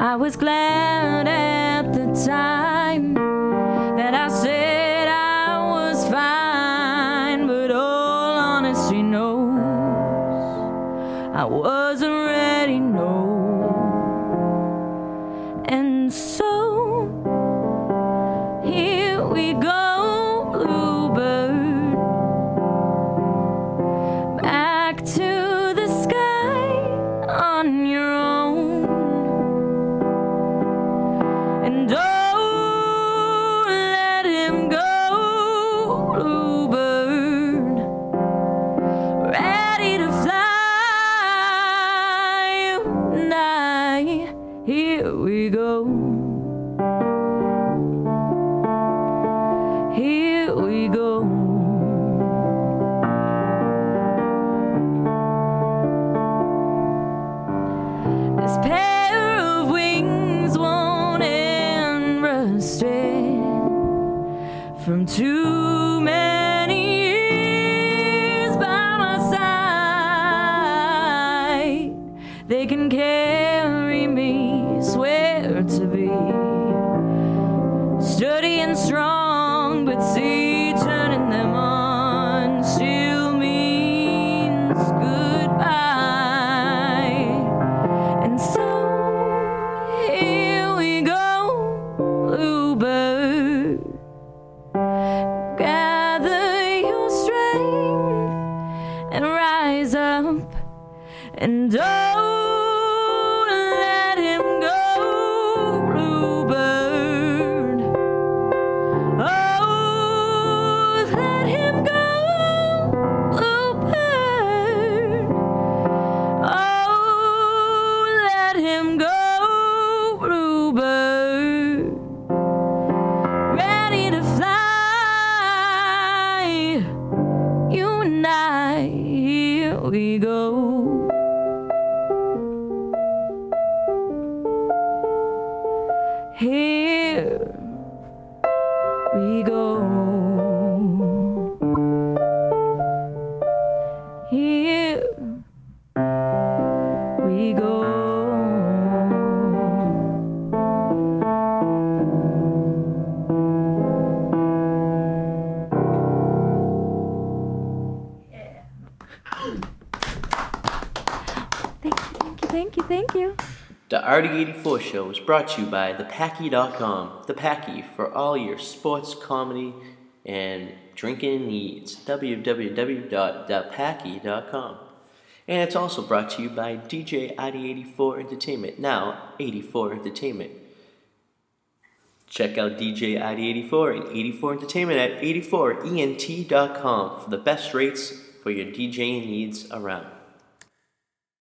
Speaker 6: I was glad at the time that I said I was fine, but all honesty knows I wasn't ready, no. And so here we go, bluebird, back to the sky on your own. And oh, let him go, bluebird. Ready to fly, you and I. Here we go. Here we go. This pair of wings won't end rusted from too many years by my side. They can carry me, swear to be sturdy and strong, but see, turning them on still means goodbye. And so here we go, bluebird. Gather your strength and rise up. And oh, let him go, bluebird. Oh, let him go, bluebird. Oh, let him go, bluebird. Ready to fly. You and I, here we go. Here we go. Here we go. Thank you, thank you, thank you, thank you.
Speaker 1: The RD84 Show is brought to you by ThePacky.com. The Packy for all your sports, comedy, and drinking needs. www.thepacky.com. And it's also brought to you by DJ ID84 Entertainment, now 84 Entertainment. Check out DJ ID84 and 84 Entertainment E at 84ent.com for the best rates for your DJing needs around.